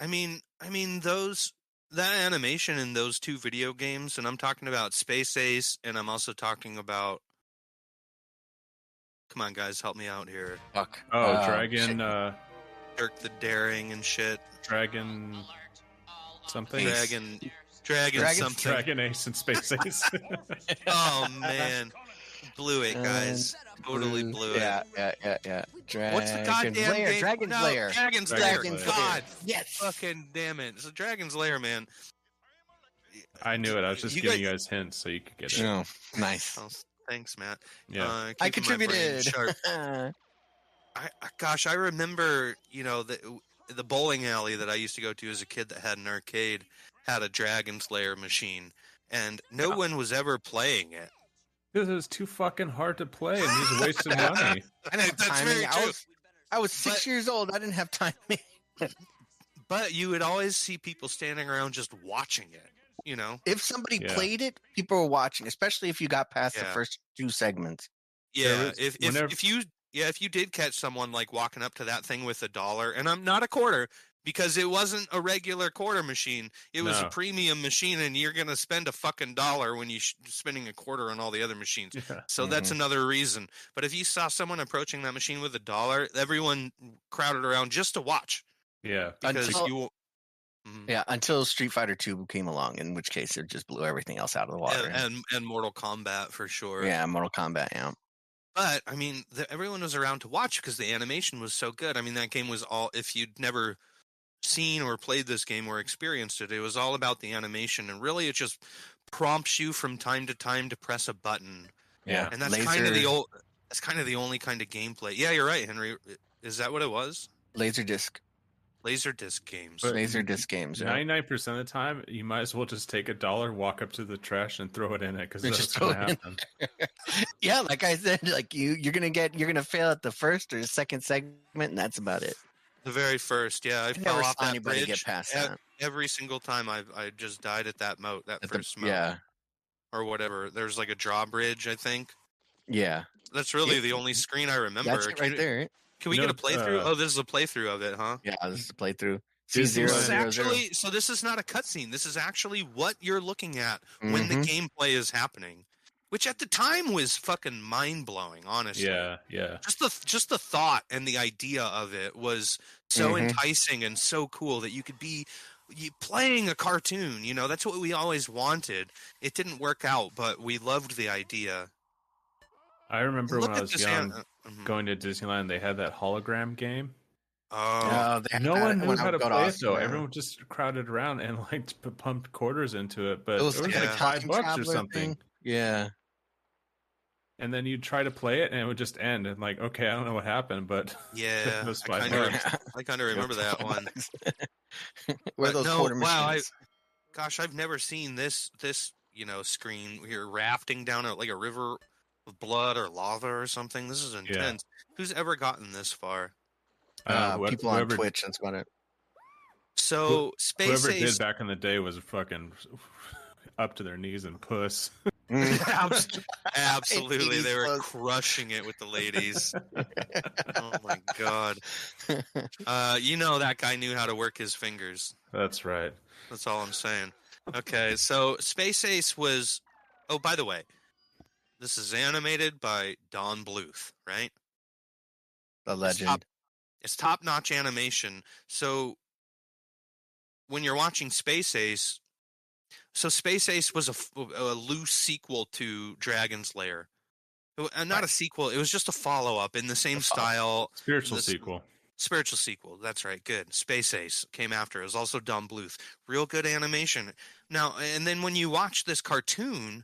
I mean, I mean those that animation in those two video games, and I'm talking about Space Ace, and I'm also talking about. Come on, guys, help me out here.
Fuck.
um,
Oh,
Uh, shit.
Dragon uh
Dirk the Daring and shit.
Dragon something.
Dragon, dragon,
Dragon-
something.
Dragon Ace and Space Ace.
Oh man, blew it,
Uh,
guys. totally
Mm.
Blue.
blew it.
Yeah, yeah, yeah, yeah. Dragon
What's the goddamn
Lair,
game?
Dragon's
no,
Lair.
Dragon's
Dragon's
Lair.
Lair.
God,
Yes.
fucking damn it! It's a Dragon's Lair, man.
I knew it. I was just
You
giving
guys-
you guys hints so you could get it.
Oh, nice.
Oh, thanks, Matt.
Yeah.
Uh,
I
keeping my brain
contributed.
sharp. I, I- gosh, I remember, you know, the the bowling alley that I used to go to as a kid that had an arcade had a Dragon Slayer machine, and no one was ever playing it.
This is too fucking hard to play, and he's wasting money.
And that's
timing.
very
I
true.
was, I was six
But-
years old. I didn't have timing.
But you would always see people standing around just watching it. You know?
If somebody
Yeah.
played it, people were watching, especially if you got past the
Yeah.
first two segments.
Yeah.
was-
if if,
whenever-
if you yeah if you did catch someone like walking up to that thing with a dollar, and I'm not a quarter because it wasn't a regular quarter machine. It was
No.
a premium machine, and you're gonna spend a fucking dollar when you're spending a quarter on all the other machines.
Yeah.
So that's
Mm-hmm.
another reason. But if you saw someone approaching that machine with a dollar, everyone crowded around just to watch
yeah.
because
Until-
you. Mhm.
Yeah, until Street Fighter Two came along, in which case it just blew everything else out of the water.
And, and and Mortal Kombat for sure.
yeah, Mortal Kombat. Yeah,
But I mean, the, everyone was around to watch because the animation was so good. I mean, that game was all. If you'd never seen or played this game or experienced it, it was all about the animation, and really, it just prompts you from time to time to press a button,
Yeah.
and that's kind of the
Laser-
old. That's kind of the only kind of gameplay. Yeah, you're right, Henry. Is that what it was?
laser disc,
Laserdisc games.
laser disc games. Yeah.
Ninety-nine percent of the time, you might as well just take a dollar, walk up to the trash, and throw it in it because
And
that's
just
gonna
throw it in.
happen.
yeah, like I said, like you, you're gonna get, you're gonna fail at the first or second segment, and that's about it.
The very first, yeah, I
I
fell
never
off
saw
that
anybody
bridge.
get past
ev-
that.
Every single time, I I just died at that moat, that
At the-
first moat,
yeah,
or whatever. There's like a drawbridge, I think.
yeah,
That's really
Yeah.
the only screen I remember.
that's it
can,
right
we-
there.
Can we
You
get a
know,
playthrough?
uh,
oh, this is a playthrough of it, huh?
Yeah, this is the playthrough. C
This
zero
is
This is
zero zero.
actually so. This is not a cutscene. This is actually what you're looking at when the
Mm-hmm.
gameplay is happening, which at the time was fucking mind blowing. Honestly,
Yeah, yeah.
just the just the thought and the idea of it was so
Mhm.
enticing and so cool that you could be you, playing a cartoon you know that's what we always wanted it didn't work out but we loved the idea
I remember when I was
an-
young,
uh, mhm.
going to Disneyland. They had that hologram game.
oh
Oh, they
No
had
one
it
knew
when I
how to
would go
play it though.
Australia.
Everyone just crowded around and like t- pumped quarters into it, but
It was
it was
like
a
like five
time
bucks or
traveler thing.
something.
Yeah,
And then you'd try to play it, and it would just end. And like, okay, I don't know what happened, but
yeah
Those
i
five
kind
bucks.
of i kind of remember that one But
Where those
no,
quarter
wow, I-
machines?
gosh i've never seen this this you know screen you're rafting down a, like a river of blood or lava or something this is intense who's ever gotten this far
I don't know,
uh,
whoever-
people on
whoever-
Twitch. That's about it.
so space
Whoever
Ace
did back in the day was fucking up to their knees in puss.
Mm,
Abs- Absolutely, they were
Ladies
crushing it with the ladies. oh my god! Uh, you know that guy knew how to work his fingers.
That's right.
That's all I'm saying. Okay, so Space Ace was. Oh, by the way, this is animated by Don Bluth, right?
The legend.
top- It's top notch animation. So when you're watching Space Ace, so Space Ace was a, f- a loose sequel to Dragon's Lair. It wa- uh, Not a sequel, it was just a follow up in the same style.
Spiritual
This-
sequel.
Spiritual sequel, that's right, good. Space Ace came after. It was also Don Bluth. Real good animation. Now, and then when you watch this cartoon,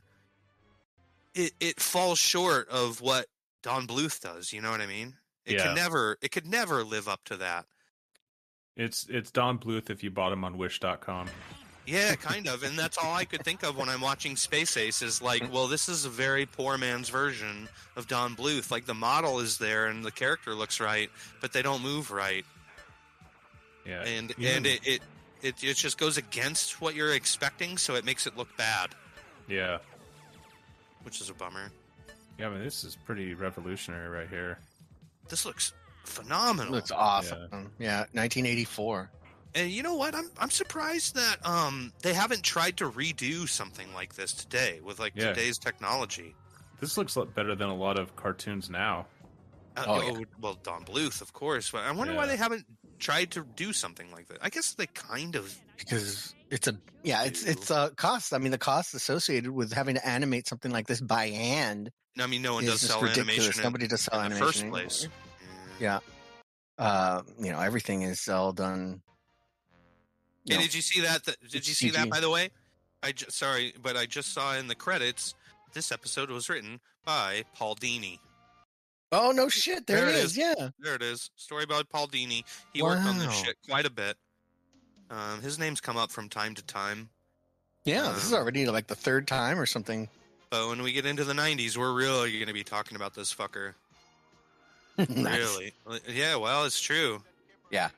it, it falls short of what Don Bluth does. You know what I mean? It
Yeah.
can never, it could never live up to that.
It's it's Don Bluth if you bought him on Wish.com.
Yeah, kind of. And that's all I could think of when I'm watching Space Ace is like, well, this is a very poor man's version of Don Bluth. Like the model is there and the character looks right, but they don't move right.
Yeah,
And
you
and
know-
it, it it it just goes against what you're expecting, so it makes it look bad,
yeah,
which is a bummer.
yeah. I mean, this is pretty revolutionary right here.
This looks phenomenal.
Looks awesome. Yeah, 1984.
and you know what? I'm I'm surprised that um they haven't tried to redo something like this today with like
Yeah.
today's technology.
This looks a lot better than a lot of cartoons now.
Uh,
Oh,
oh,
yeah.
well, Don Bluth, of course. But I wonder why
Yeah.
they haven't tried to do something like that. I guess they kind of.
because it's a yeah it's it's a cost i mean the cost associated with having to animate something like this by hand
I mean, no one
is
does
just
sell
ridiculous
animation in,
nobody does sell
in the
animation
first
anymore.
place.
Yeah. uh you know everything is all done you
Hey,
know,
did you see that? th- did
It's
you see that?
CG.
By the way, I ju- sorry, but I just saw in the credits this episode was written by Paul Dini.
Oh no shit! There, it is. Yeah.
There it is. Story about Paul Dini. He worked on this
Wow.
shit quite a bit. Um, his name's come up from time to time.
Yeah. This is
Um,
already like the third time or something.
But when we get into the 90s, we're really going to be talking about this fucker.
Nice.
Really? Well, Yeah, well, it's true.
Yeah.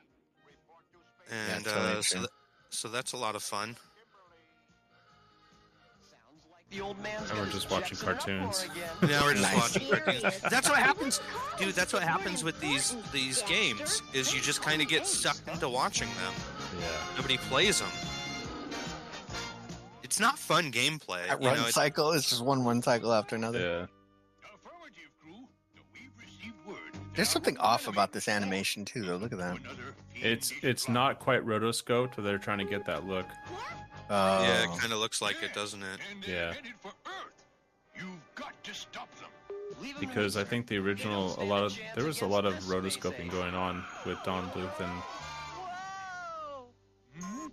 And
Yeah, totally
uh, so,
true.
th- so that's a lot of fun.
And we're just watching cartoons.
Now we're just
Nice.
watching cartoons. That's what happens, dude. That's what happens with these these games is you just kind of get sucked into watching them.
Yeah.
Nobody plays them. It's not fun gameplay.
That
you
run
know, it-
cycle is just one one cycle after another.
Yeah.
There's something off about this animation too, though. Look at that.
It's it's not quite rotoscoped, but they're trying to get that look.
Oh,
yeah, it kind of looks like it, doesn't it?
Yeah. Because I think the original a lot of there was a lot of rotoscoping going on with Don Bluth and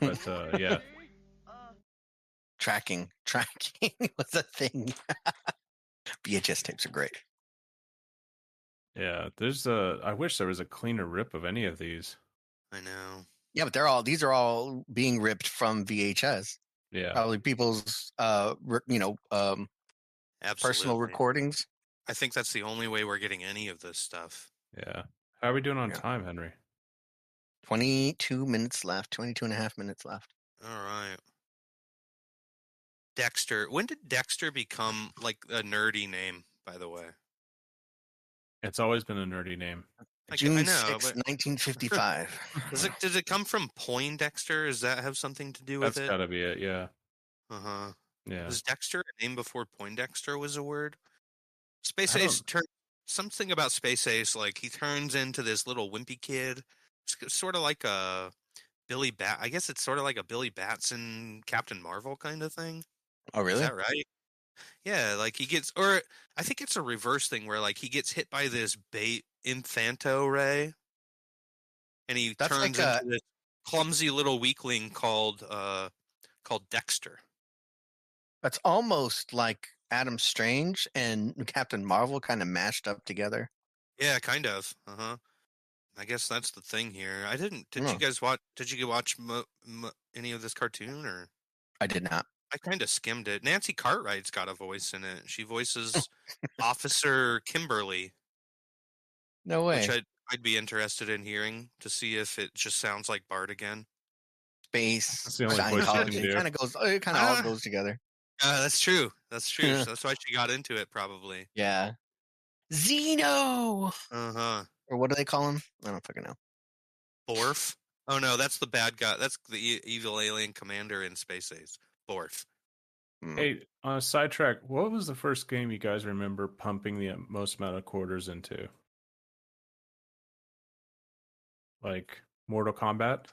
but uh, yeah.
tracking, tracking was a thing. VHS tapes are great.
Yeah, there's a. I wish there was a cleaner rip of any of these.
I know.
Yeah, but they're all these are all being ripped from VHS.
Yeah,
Probably people's, uh, re- you know, um,
Absolutely.
personal recordings.
I think that's the only way we're getting any of this stuff.
yeah. How are we doing on
Yeah.
time, Henry?
22 minutes left, 22 and a half minutes left.
All right. Dexter. When did Dexter become like a nerdy name? By the way,
It's always been a nerdy name.
Like,
June
I
6,
know, but-
1955.
Does it does it come from Poindexter? Does that have something to do with
That's
it?
got to be it. Yeah,
Uh huh.
yeah.
Was Dexter a name before Poindexter was a word? Space
I don't-
Ace turns something about Space Ace, like he turns into this little wimpy kid. It's sort of like a Billy Bat. I guess it's sort of like a Billy Batson, Captain Marvel kind of thing.
oh,
Is
really?
that right? Yeah, like he gets, or I think it's a reverse thing where like he gets hit by this bait infanto ray, and he
That's
turns
like a-
into this clumsy little weakling called uh called Dexter.
That's almost like Adam Strange and Captain Marvel kind of mashed up together.
Yeah, kind of. Uh huh. I guess that's the thing here. I didn't. Did
Huh.
you guys watch? Did you watch mo, mo, any of this cartoon? Or
I did not.
I kind of skimmed it. Nancy Cartwright's got a voice in it. She voices Officer Kimberly.
No way.
which I'd, I'd be interested in hearing to see if it just sounds like Bart again.
Space,
That's the only voice you can
Scientology,
do.
kind of goes, it kind of all
Ah.
goes together.
Uh, that's true. That's true.
Yeah.
So that's why she got into it, probably.
Yeah. Xeno!
Uh huh.
Or what do they call him? I don't fucking know.
Borf. Oh no, that's the bad guy. That's the e- evil alien commander in Space Ace. Borf.
Mm.
Hey,
Mm-hmm.
on a sidetrack, what was the first game you guys remember pumping the most amount of quarters into? Like Mortal Kombat?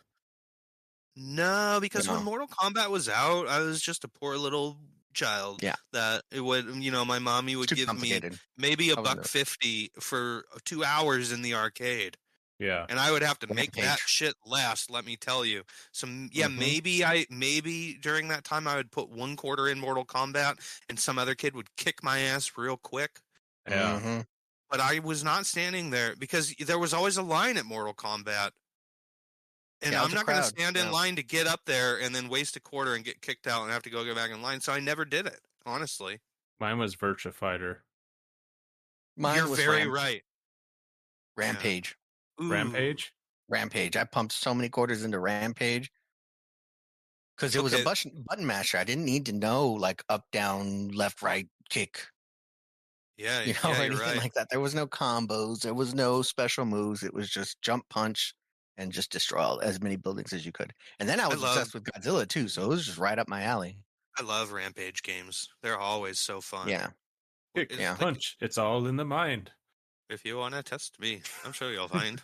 No, because
No.
when Mortal Kombat was out, I was just a poor little child.
Yeah.
That it would, you know, my mommy would
It's too
give me
complicated.
maybe a
I wouldn't
buck
do it.
fifty for two hours in the arcade.
Yeah.
and I would have to
Rampage.
make that shit last. Let me tell you. So m- yeah,
Mhm.
maybe I maybe during that time I would put one quarter in Mortal Kombat, and some other kid would kick my ass real quick.
Yeah.
Mm-hmm.
Mhm.
But I was not standing there because there was always a line at Mortal Kombat, and
Yeah, it was
I'm
a
not going to
crowd,
stand in
yeah.
line to get up there and then waste a quarter and get kicked out and have to go get back in line. So I never did it. Honestly,
Mine was Virtua Fighter.
Mine
you're
was
very
Ram-
right.
Rampage.
Ooh,
Rampage?
Rampage. I pumped so many quarters into Rampage because it was a
Okay.
button, button masher. I didn't need to know like up, down, left, right, kick,
Yeah,
you know,
yeah,
or
you're
anything
right.
like that. There was no combos. There was no special moves. It was just jump, punch, and just destroy all, as many buildings as you could. And then I was
love-
obsessed with Godzilla too, so it was just right up my alley.
I love Rampage games. They're always so fun.
Yeah,
Kick,
Yeah.
punch. It's all in the mind.
If you want to test me, I'm sure you'll find.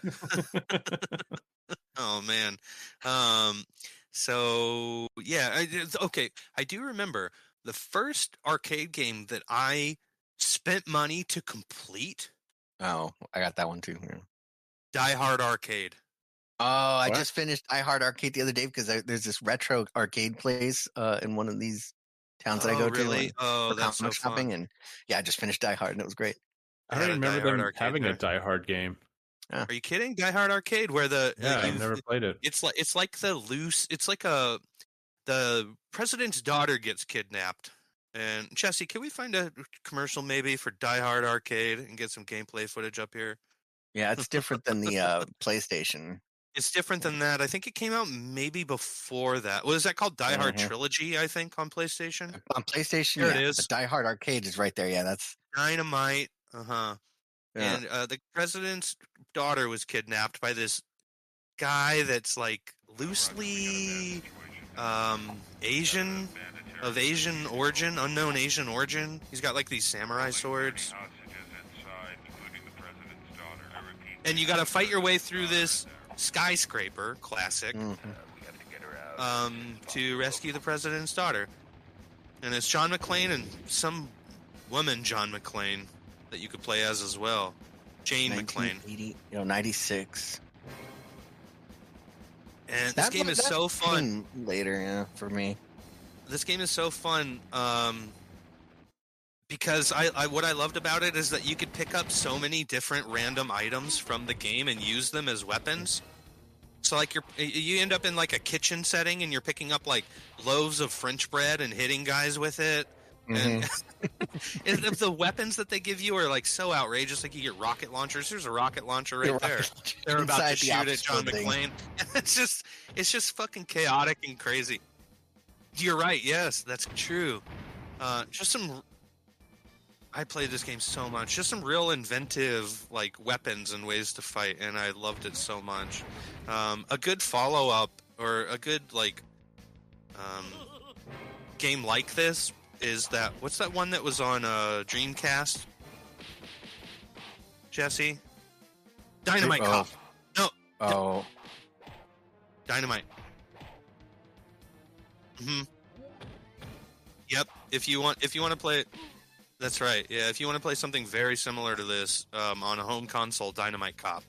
oh man. Um so yeah, I, it's- okay, I do remember the first arcade game that I spent money to complete,
oh, I got that one too. yeah.
Die Hard Arcade.
Oh, I
What?
just finished I Heart Arcade the other day because I, there's this retro arcade place uh, in one of these towns that I
Oh,
go to.
really?
and-
oh,
for
that's so
comic
fun.
shopping and yeah, I just finished Die Hard and it was great.
I don't
had a
even remember
Die Hard
them
arcade
having
there.
a Die Hard game.
Are you kidding? Die Hard Arcade, where the uh, like,
Yeah, I
you've-
never played it.
it's like it's like the loose. It's like a the president's daughter gets kidnapped. And Jesse, can we find a commercial maybe for Die Hard Arcade and get some gameplay footage up here?
Yeah, it's different than the uh, PlayStation.
It's different than that. I think it came out maybe before that. What is that called? Die Hard
Mhm.
Trilogy, I think, on PlayStation.
On PlayStation,
There it
yeah,
is.
The Die Hard arcade is right there. Yeah, that's
Dynamite. Uh huh.
yeah.
and uh, the president's daughter was kidnapped by this guy that's like loosely um, Asian of Asian origin, unknown Asian origin. He's got like these samurai swords, and you got to fight your way through this skyscraper, classic,
Mhm.
um, to rescue the president's daughter. And it's John McClane and some woman, John McClane, that you could play as as well, Jane McClane.
1980 You know, 96.
And this
That
game
one-
is
that
so fun.
came Later, yeah, for me.
this game is so fun um, because I, I what I loved about it is that you could pick up so many different random items from the game and use them as weapons. So like you're y- you end up in like a kitchen setting and you're picking up like loaves of French bread and hitting guys with it. And
Mm-hmm.
And if the weapons that they give you are like so outrageous, like you get rocket launchers. There's a rocket launcher right
You're
there.
right.
They're about to
Inside the
shoot at
office
John
building.
McClane. it's just it's just fucking chaotic and crazy. You're right. Yes, that's true. Uh, just some. I played this game so much. Just some real inventive like weapons and ways to fight, and I loved it so much. Um, a good follow up or a good like um, game like this is that what's that one that was on uh, Dreamcast? Jesse, Dynamite
Oh.
Cop. No,
Oh,
Dynamite. Hmm. Yep. If you want, if you want to play it, that's right. Yeah. If you want to play something very similar to this um, on a home console, Dynamite Cop.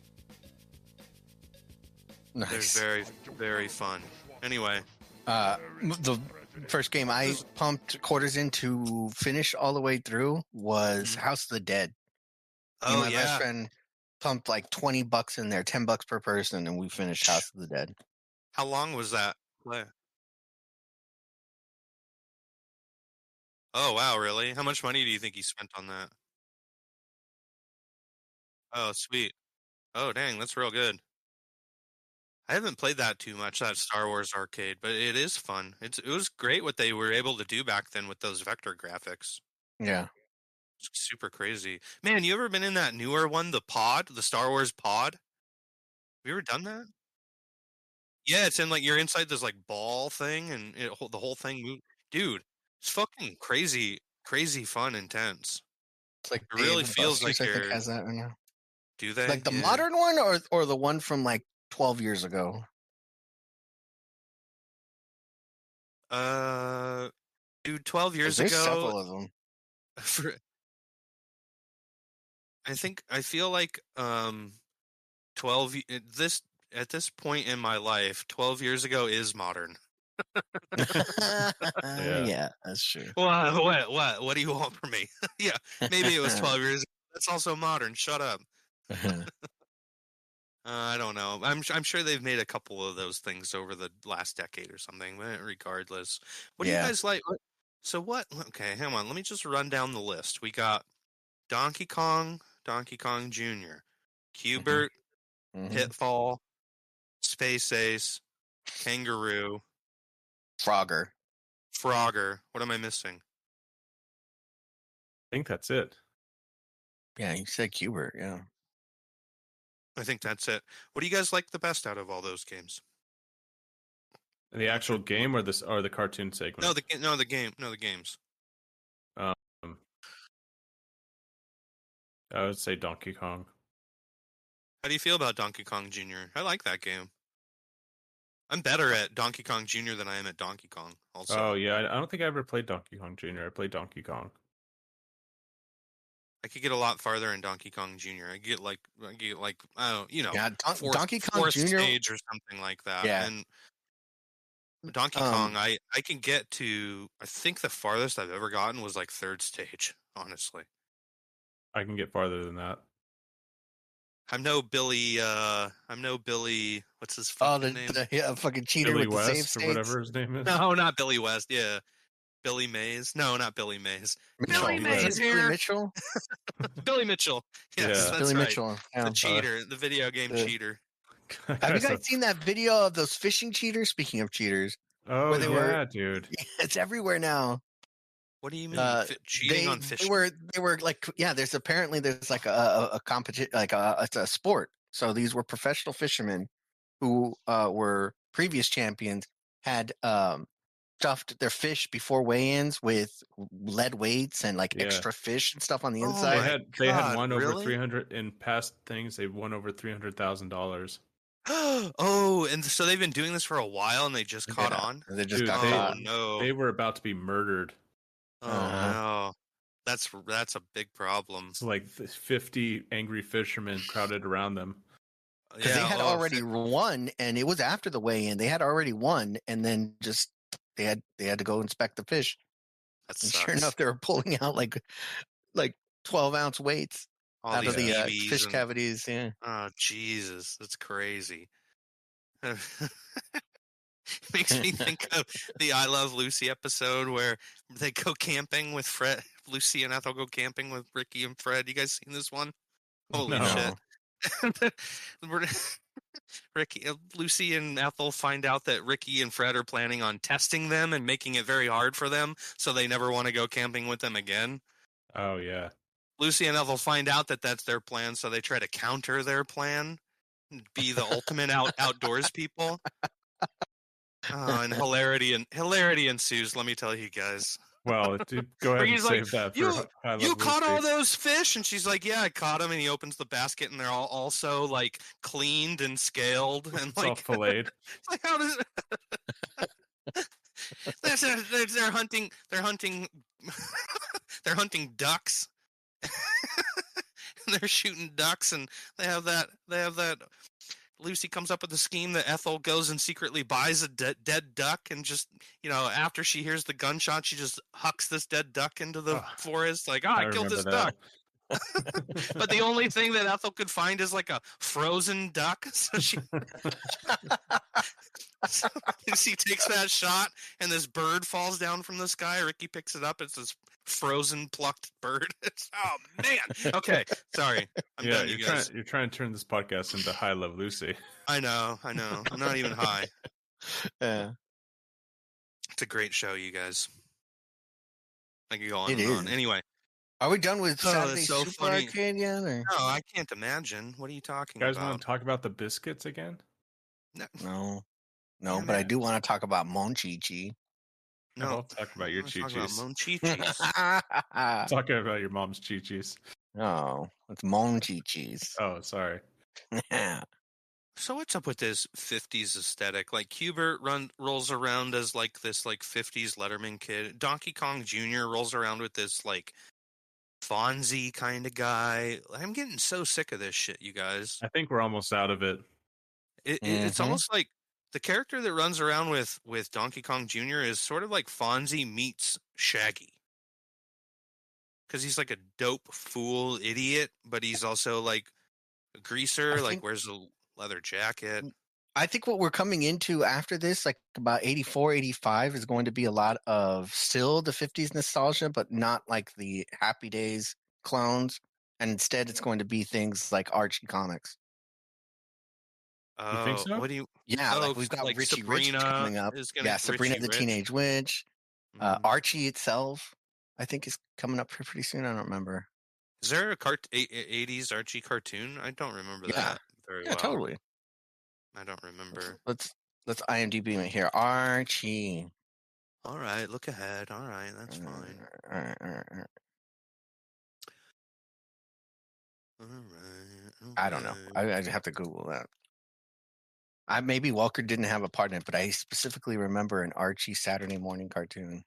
nice.
They're very, very fun. Anyway,
uh, m- the first game I pumped quarters into finish all the way through was House of the Dead. Me and
Mm-hmm. oh
my best
yeah,
friend pumped like 20 bucks in there, 10 bucks per person, and we finished House of the Dead.
how long was that play? Oh wow, really? How much money do you think he spent on that? Oh sweet. Oh dang, that's real good. I haven't played that too much, that Star Wars arcade, but it is fun. It's it was great what they were able to do back then with those vector graphics.
Yeah.
It's super crazy. Man, you ever been in that newer one, the pod, the Star Wars pod? Have you ever done that? Yeah, it's in like you're inside this like ball thing and it, hol- the whole thing moves. Dude, it's fucking crazy, crazy fun, intense.
It's like
It really
Dave and
feels
Buster's,
like
I think
you're-
has that right now.
Do they?
Like the
Yeah.
modern one or or the one from like 12 years ago.
Uh, dude, 12
There's
years ago.
several of them.
for I think I feel like um 12 y- at this at this point in my life 12 years ago is modern.
yeah. that's true.
What what what what do you want from me? yeah, maybe it was 12 years. ago. That's also modern. Shut up.
Uh-huh.
Uh, I don't know. I'm sh- I'm sure they've made a couple of those things over the last decade or something. But regardless, what do
Yeah.
you guys like? what- So what? Okay, hang on. Let me just run down the list. We got Donkey Kong, Donkey Kong Jr., Cubert,
Mhm.
Pitfall, Space Ace, Kangaroo,
Frogger.
Frogger. What am I missing?
I think that's it.
Yeah, you said Cubert. Yeah.
I think that's it. What do you guys like the best out of all those games?
The actual game or this or the cartoon segment?
No, the ga- no the game, no the games.
I would say Donkey Kong.
How do you feel about Donkey Kong Jr.? I like that game. I'm better at Donkey Kong Jr. than I am at Donkey Kong. Also,
oh yeah, I I don't think I ever played Donkey Kong Jr. I played Donkey Kong.
I could get a lot farther in Donkey Kong Jr. I could get like, I could get like, I don't, you know,
Yeah, Don-
fourth-
Donkey Kong
fourth
Jr.
stage or something like that.
Yeah.
And Donkey
Um,
Kong, I I can get to. I think the farthest I've ever gotten was like third stage. Honestly,
I can get farther than that.
I'm no Billy. uh I'm no Billy. What's his
Oh,
fucking
the,
name?
the yeah, fucking cheater
Billy
with the save
West or
states.
whatever his name is.
No, not Billy West. Yeah, Billy Mays. No, not Billy Mays.
Mitchell.
Billy
Is
Mays
it Billy
here.
Mitchell.
Billy Mitchell. Yes,
Yeah. Uh-huh.
that's
Billy
right.
Mitchell.
The
yeah.
cheater, the video game
the-
cheater.
Have you guys seen that video of those fishing cheaters? Speaking of cheaters,
oh
where they
yeah,
were-
dude.
it's everywhere now.
What do you mean
Uh,
fi- cheating
they,
on fish?
They were they were like yeah. There's apparently there's like a a, a competition like a it's a sport. So these were professional fishermen who uh, were previous champions had um, stuffed their fish before weigh-ins with lead weights and like
Yeah.
extra fish and stuff on the
Oh
inside.
They
my
had they had
God,
won over
really?
three hundred in past things. They won over three hundred thousand dollars.
oh, and so they've been doing this for a while, and they just caught
Yeah,
on.
They just
Dude,
got
they-
Oh
caught.
no!
They were about to be murdered.
Oh
Uh-huh.
no! That's that's a big problem.
It's like th- fifty angry fishermen crowded around them.
because they had
oh,
already won, and it was after the weigh-in. They had already won, and then just they had they had to go inspect the fish.
That
And
sucks.
sure enough, they were pulling out like like twelve ounce weights
All
out of
these
the uh,
BBs
fish
and-
cavities. Yeah,
Oh Jesus, that's crazy. Makes me think of the I Love Lucy episode where they go camping with Fred. Lucy and Ethel go camping with Ricky and Fred. You guys seen this one? Holy
No.
shit! We're- Ricky, uh, Lucy, and Ethel find out that Ricky and Fred are planning on testing them and making it very hard for them, so they never want to go camping with them again.
Oh yeah,
Lucy and Ethel find out that that's their plan, so they try to counter their plan, and be the ultimate out outdoors people. Oh, and hilarity and hilarity ensues. Let me tell you guys,
well, dude, go ahead and
He's like,
save that. For
"You-
I Love
you caught all
Lucy."
those fish, and she's like, "Yeah, I caught them." And he opens the basket, and they're all also like cleaned and scaled, and
It's all
like
filleted.
like how does that's a, they're, they're hunting they're hunting they're hunting ducks and they're shooting ducks and they have that they have that lucy comes up with a scheme that ethel goes and secretly buys a de- dead duck and just you know after she hears the gunshot she just hucks this dead duck into the
Ah,
forest like oh, i, killed
remember
this
that.
duck but the only thing that Ethel could find is like a frozen duck. So she, so she takes that shot, and this bird falls down from the sky. Ricky picks it up. It's this frozen plucked bird. It's, oh man. Okay, sorry. I'm
yeah,
done,
you're
you
trying,
guys.
you're trying to turn this podcast into High Love Lucy.
I know. I know. I'm not even high.
yeah.
It's a great show, you guys. I could go on
It
and on.
is.
Anyway,
Are we done with
Oh, that's
Saturday
so
Super
funny.
Arcade yet? Or?
no, I can't imagine. What are you talking
You guys
about?
want to talk about the biscuits again?
No, no,
Damn
but I
it.
do want to talk about Monchichi.
No, I'll talk about
I
your
wanna talk about
chi-chis.
Monchichis.
Talking about your mom's chi chis.
oh, it's Monchichi's.
Oh, sorry.
So what's up with this '50s aesthetic? Like Hubert run rolls around as like this like '50s Letterman kid. Donkey Kong Jr. rolls around with this like Fonzie kind of guy. I'm getting so sick of this shit, you guys.
I think we're almost out of it.
It, it- It's
Mhm.
almost like the character that runs around with with Donkey Kong Jr. is sort of like Fonzie meets Shaggy, because he's like a dope fool idiot, but he's also like a greaser.
I
like
think-
wears a leather jacket.
I think what we're coming into after this, like about 84, 85, is going to be a lot of still the 50s nostalgia, but not like the Happy Days clones. And instead, it's going to be things like Archie Comics.
Oh,
think so?
What do you?
Yeah,
Oh,
like we've got
like
Richie
Sabrina
Rich coming up.
is gonna
Yeah,
be
Sabrina
Richie
the
Rich.
Teenage Witch. Uh,
Mhm.
Archie itself, I think, is coming up here pretty soon. I don't remember.
Is there a cart eight- eighties Archie cartoon? I don't remember
Yeah.
that very
Yeah,
well.
totally.
I don't remember.
Let's let's IMDb it here. Archie.
All right, look ahead. All right, that's fine. All right.
Uh, I don't know.
okay.
I, I'd have to Google that. I maybe Walker didn't have a part in it, but I specifically remember an Archie Saturday morning cartoon.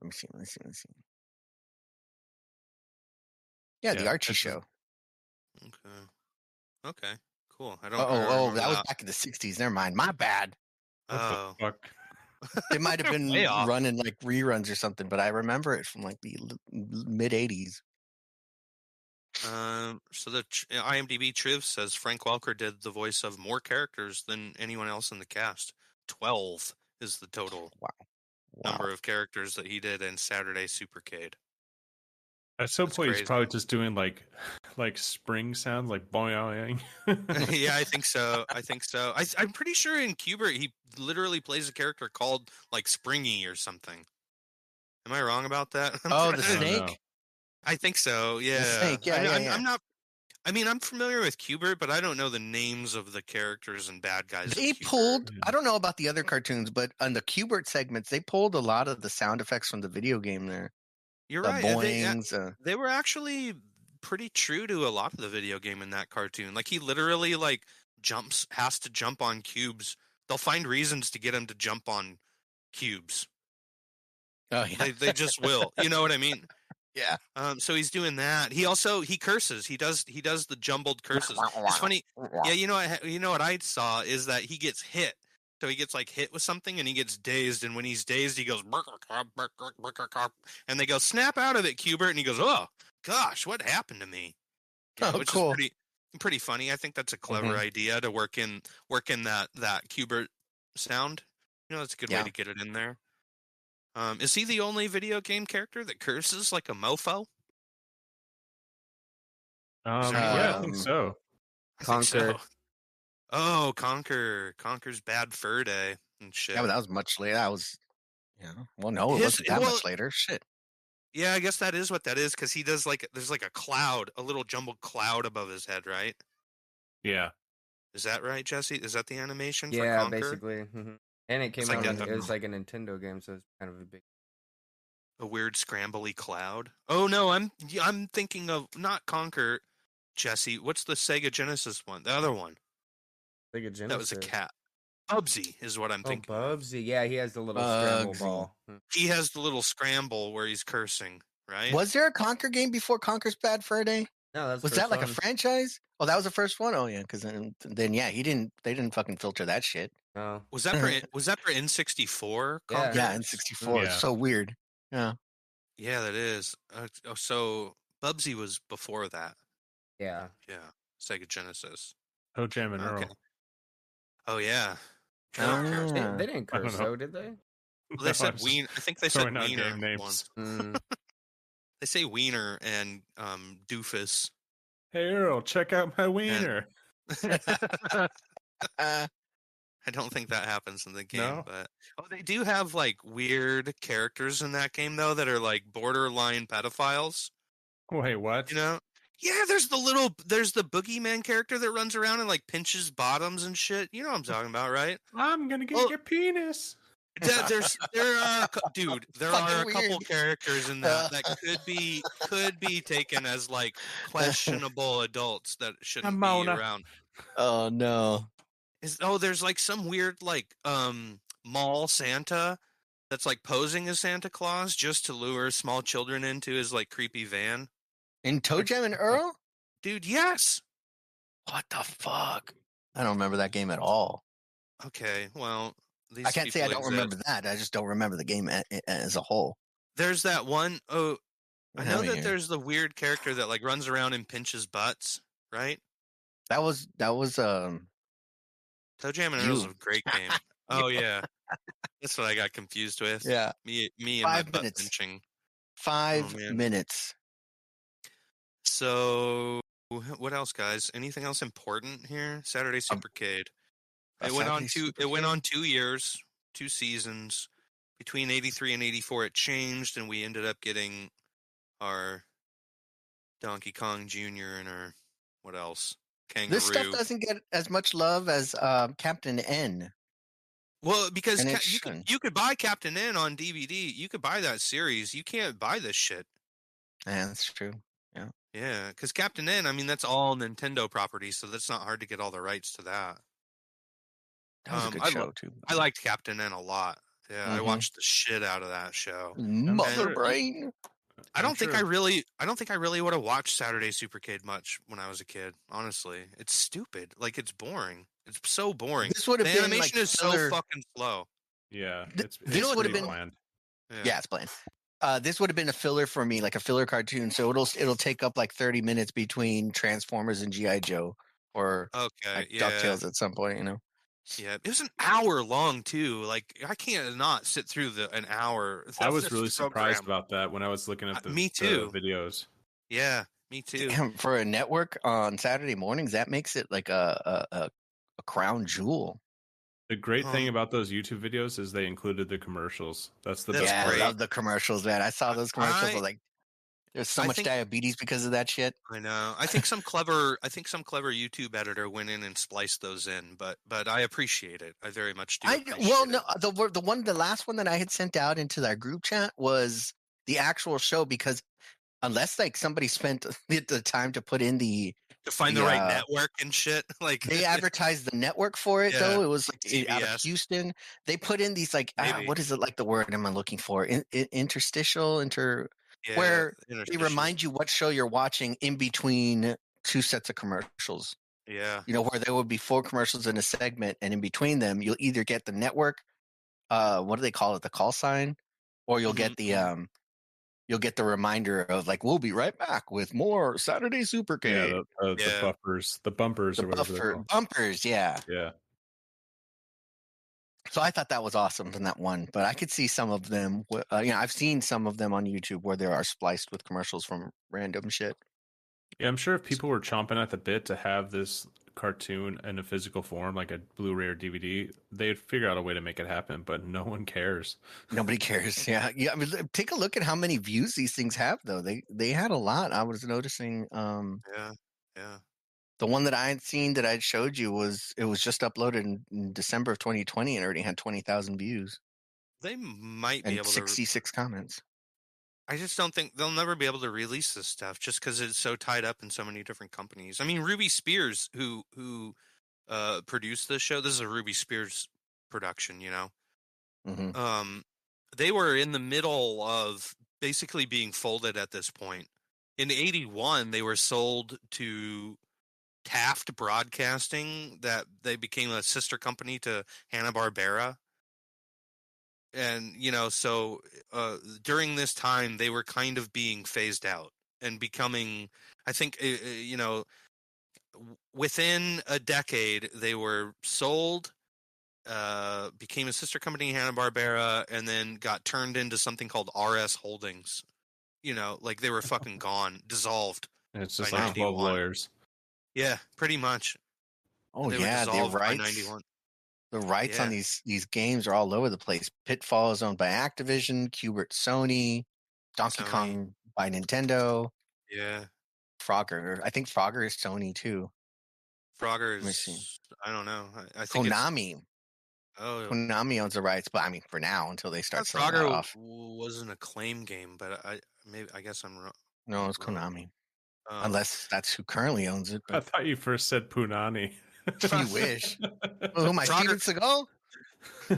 Let me see. Let me see. Let me see. Yeah, the
Yeah,
Archie
this is-
show.
okay. Okay. Cool. I don't. I
Oh,
don't
oh,
remember
that was back in the '60s. Never mind. My bad.
What
Oh,
the fuck?
They might have been
Way off.
running like reruns or something, but I remember it from like the l- l- mid 80s.
Um, so the tr- IMDb Triv says Frank Welker did the voice of more characters than anyone else in the cast. Twelve is the total
Wow.
number of characters that he did in Saturday Supercade.
At some
That's
point,
crazy.
he's probably just doing like, like spring sounds, like boing.
yeah, I think so. I think so. I, I'm pretty sure in Cuba he literally plays a character called like Springy or something. Am I wrong about that? I'm trying
Oh, the
to-
don't
snake?
I think so. Yeah.
snake, yeah,
I'm,
yeah,
I'm,
yeah.
I'm not. I mean, I'm familiar with Cubert, but I don't know the names of the characters and bad guys. in
They
Qbert.
pulled, I don't know about the other cartoons, but on the Cubert segments, they pulled a lot of the sound effects from the video game there.
You're
the
right. and they- uh,
boings. uh,
they were actually pretty true to a lot of the video game in that cartoon. Like he literally like jumps has to jump on cubes. They'll find reasons to get him to jump on cubes.
oh, yeah.
They they just will. You know what I mean?
Yeah.
Um so he's doing that. He also he curses. He does he does the jumbled curses. It's funny. Yeah, you know what ha- you know what I saw is that he gets hit. So he gets like hit with something and he gets dazed and when he's dazed he goes "Brr-brr-brr, brr-brr-brr, brr-brr-brr," and they go snap out of it Cubert and he goes, "Oh, gosh, what happened to me?"
oh,
which
cool.
is pretty pretty funny. I think that's a clever
Mhm.
idea to work in work in that that Cubert sound. You know, that's a good
Yeah.
way to get it in there. Um, is he the only video game character that curses like a mofo?
Um, yeah, I think
Um,
so.
I think
Conker.
so. Oh, Conquer. Conquer's bad fur day and shit.
Yeah, but that was much later. That was, yeah. Well, no, it
His-
wasn't that
well-
much later. Shit.
Yeah, I guess that is what that is because he does like there's like a cloud, a little jumbled cloud above his head, right?
Yeah,
Is that right, Jesse? Is that the animation?
yeah,
for Conker?
basically. mhm. And it came
like
out.
that
on-
the-
it was like a Nintendo game, so it's kind of a big.
a weird scrambly cloud. Oh no, I'm yeah, I'm thinking of not Conquer, Jesse. What's the Sega Genesis one? The other one
Like a
that was a
Genesis.
cat. Bubsy is what I'm
Oh,
thinking.
Bubsy. Yeah, he has the little scramble
Bugsy.
ball. Mhm.
he has the little scramble where he's cursing, right?
Was there a Conquer game before Conquer's Bad Fur Day?
No, that's
Was that like a
friend?
franchise? Oh, that was the first one. Oh yeah, because then, then yeah, he didn't. They didn't fucking filter that shit.
No.
Was that for was that for N64?
Yeah.
Conker?
Yeah, in '64,
Yeah.
it's so weird. Yeah,
Yeah, that is. Uh, oh, so Bubsy was before that.
Yeah.
Yeah, Sega Genesis.
Toe Jam and
Okay.
Earl.
Oh yeah.
Oh.
They,
Yeah.
they didn't
I don't
curse
know.
though, did they?
Well, they said
we.
wiener. I think they said
throwing out
wiener
game names.
once.
Mm.
They say wiener and um, doofus.
Hey Earl, check out my wiener.
uh,
I don't think that happens in the game,
No?
but oh, they do have like weird characters in that game though that are like borderline pedophiles.
Wait, what?
You know? Yeah, there's the little there's the boogeyman character that runs around and like pinches bottoms and shit. You know what I'm talking about, right?
I'm gonna get
Well-
your penis.
There- There's there are a cou- dude, there
Fucking
are a couple
weird.
characters in that that could be could be taken as like questionable adults that shouldn't be
Ramona.
around.
oh no.
Is oh, there's like some weird like um mall Santa that's like posing as Santa Claus just to lure small children into his like creepy van.
In Toe Jam and Earl?
Dude, yes.
What the fuck? I don't remember that game at all.
Okay, well, these
I can't say I
people
don't
exist.
remember that. I just don't remember the game a- a- as a whole.
There's that one oh, I
Get
know
outta
that
here.
there's the weird character that like runs around and pinches butts, right?
that was that was um
Toe Jam and Earl's a
You.
great game. Oh yeah. That's what I got confused with.
yeah
Me me and my
Five
butt
minutes.
pinching.
five
man.
minutes.
So, what else, guys? Anything else important here? Saturday
Um,
Supercade.
a
it went on
Saturday
two. It went on two years, two seasons. Between eighty three and eighty four, it changed, and we ended up getting our Donkey Kong Jr. and our what else? Kangaroo.
This stuff doesn't get as much love as um, Captain N.
well, because
and it
ca- you could,
shouldn't.
you could buy Captain N on DVD. You could buy that series. You can't buy this shit.
Yeah, that's true.
Yeah, because Captain N. I mean, that's all Nintendo property, so that's not hard to get all the rights to that.
That was
Um,
a good
I lo-
show too.
I liked Captain N a lot. Yeah, I
Mhm.
watched the shit out of that show.
Mother
sure-
Brain.
I
I'm
don't think I
sure.
really, I don't think I really would have watched Saturday Supercade much when I was a kid. Honestly, it's stupid. Like it's boring. It's so boring.
This would
The
have been
animation
like
is so
filler-
fucking slow.
Yeah,
Th-
it's,
this
it's pretty
would've been-
bland.
yeah, it's bland. Uh, this would have been a filler for me, like a filler cartoon. So it'll it'll take up like thirty minutes between Transformers and GI Joe or
Okay.
like,
Uh, yeah.
Ducktales at some point. You know,
Yeah. It was an hour long too. Like I can't not sit through the an hour.
I
of
was
this
really surprised
program.
about that when I was looking
Uh,
at the,
me
the
too.
videos.
Yeah. Me too.
for a network on Saturday mornings, that makes it like a a, a, a crown jewel.
The great
Um,
thing about those YouTube videos is they included the commercials. That's the
That's
best.
yeah,
part.
great.
I love the commercials, man. I saw those commercials. I,
I-
was like, there's so
I
much
think-
diabetes because of that shit.
I know. I think some clever I think some clever YouTube editor went in and spliced those in, but but I appreciate it. I very much do.
I well,
appreciate
no, uh,
it.
the wor- the one, the last one that I had sent out into our group chat was the actual show because unless like somebody spent the, the time to put in the
to find the right
yeah.
network and shit. Like
they advertised the network for it
Yeah,
though it was like i- out of
CBS.
Houston. They put in these like ah,
Maybe.
what is it like the word am I looking for? In, in, interstitial, inter.
Yeah,
where They
interstitial.
remind you what show you're watching in between two sets of commercials.
Yeah.
you know, where there would be four commercials in a segment, and in between them, you'll either get the network, uh, what do they call it, the call sign, or you'll
Mm-hmm,
get the um, you'll get the reminder of like we'll be right back with more Saturday Super
Yeah,
K,
the, uh, the, the
Yeah.
buffers, the bumpers,
the
or whatever. they're
buffer
called.
bumpers, yeah.
Yeah,
So I thought that was awesome from that one, but I could see some of them. wh- Uh, you know, I've seen some of them on YouTube where they are spliced with commercials from random shit.
yeah. I'm sure if people were chomping at the bit to have this cartoon in a physical form, like a Blu-ray or DVD, they'd figure out a way to make it happen. But no one cares.
Nobody cares. Yeah, yeah. I mean, l- take a look at how many views these things have, though. They they had a lot. I was noticing. um
Yeah. Yeah.
the one that I had seen that I had showed you was it was just uploaded in, in December of 2020 and already had 20,000 views
They might be
and
able to
66 comments.
I just don't think they'll never be able to release this stuff just because it's so tied up in so many different companies. I mean, Ruby Spears, who who uh, produced this show, this is a Ruby Spears production, you know.
hmm
Um, they were in the middle of basically being folded at this point. In '81, they were sold to Taft Broadcasting, that they became a sister company to Hanna Barbera and you know so uh during this time they were kind of being phased out and becoming i think uh, uh, you know w- within a decade they were sold uh became a sister company hanna-barbera and then got turned into something called rs holdings you know like they were fucking gone dissolved
And it's just
By
like 12
91.
lawyers.
yeah pretty much
Oh
they
yeah,
were
the
dissolved by
rights
91
the rights on
Yeah.
these these games are all over the place. Pitfall is owned by Activision, Qbert Sony, Donkey
Sony.
Kong by Nintendo,
yeah
Frogger. I think Frogger is Sony too.
frogger
me see.
is i don't know i, I think it's-
Konami.
oh
Konami owns the rights, but I mean for now until they
I
start
thought
selling
Frogger
that off.
w- was an acclaim game, but I maybe I guess I'm wrong.
No, it's
Ro-
Konami.
Um,
Unless that's who currently owns it.
I
But
thought you first said Punani.
you wish. Who am I? Steven
Frogger-
Seagal?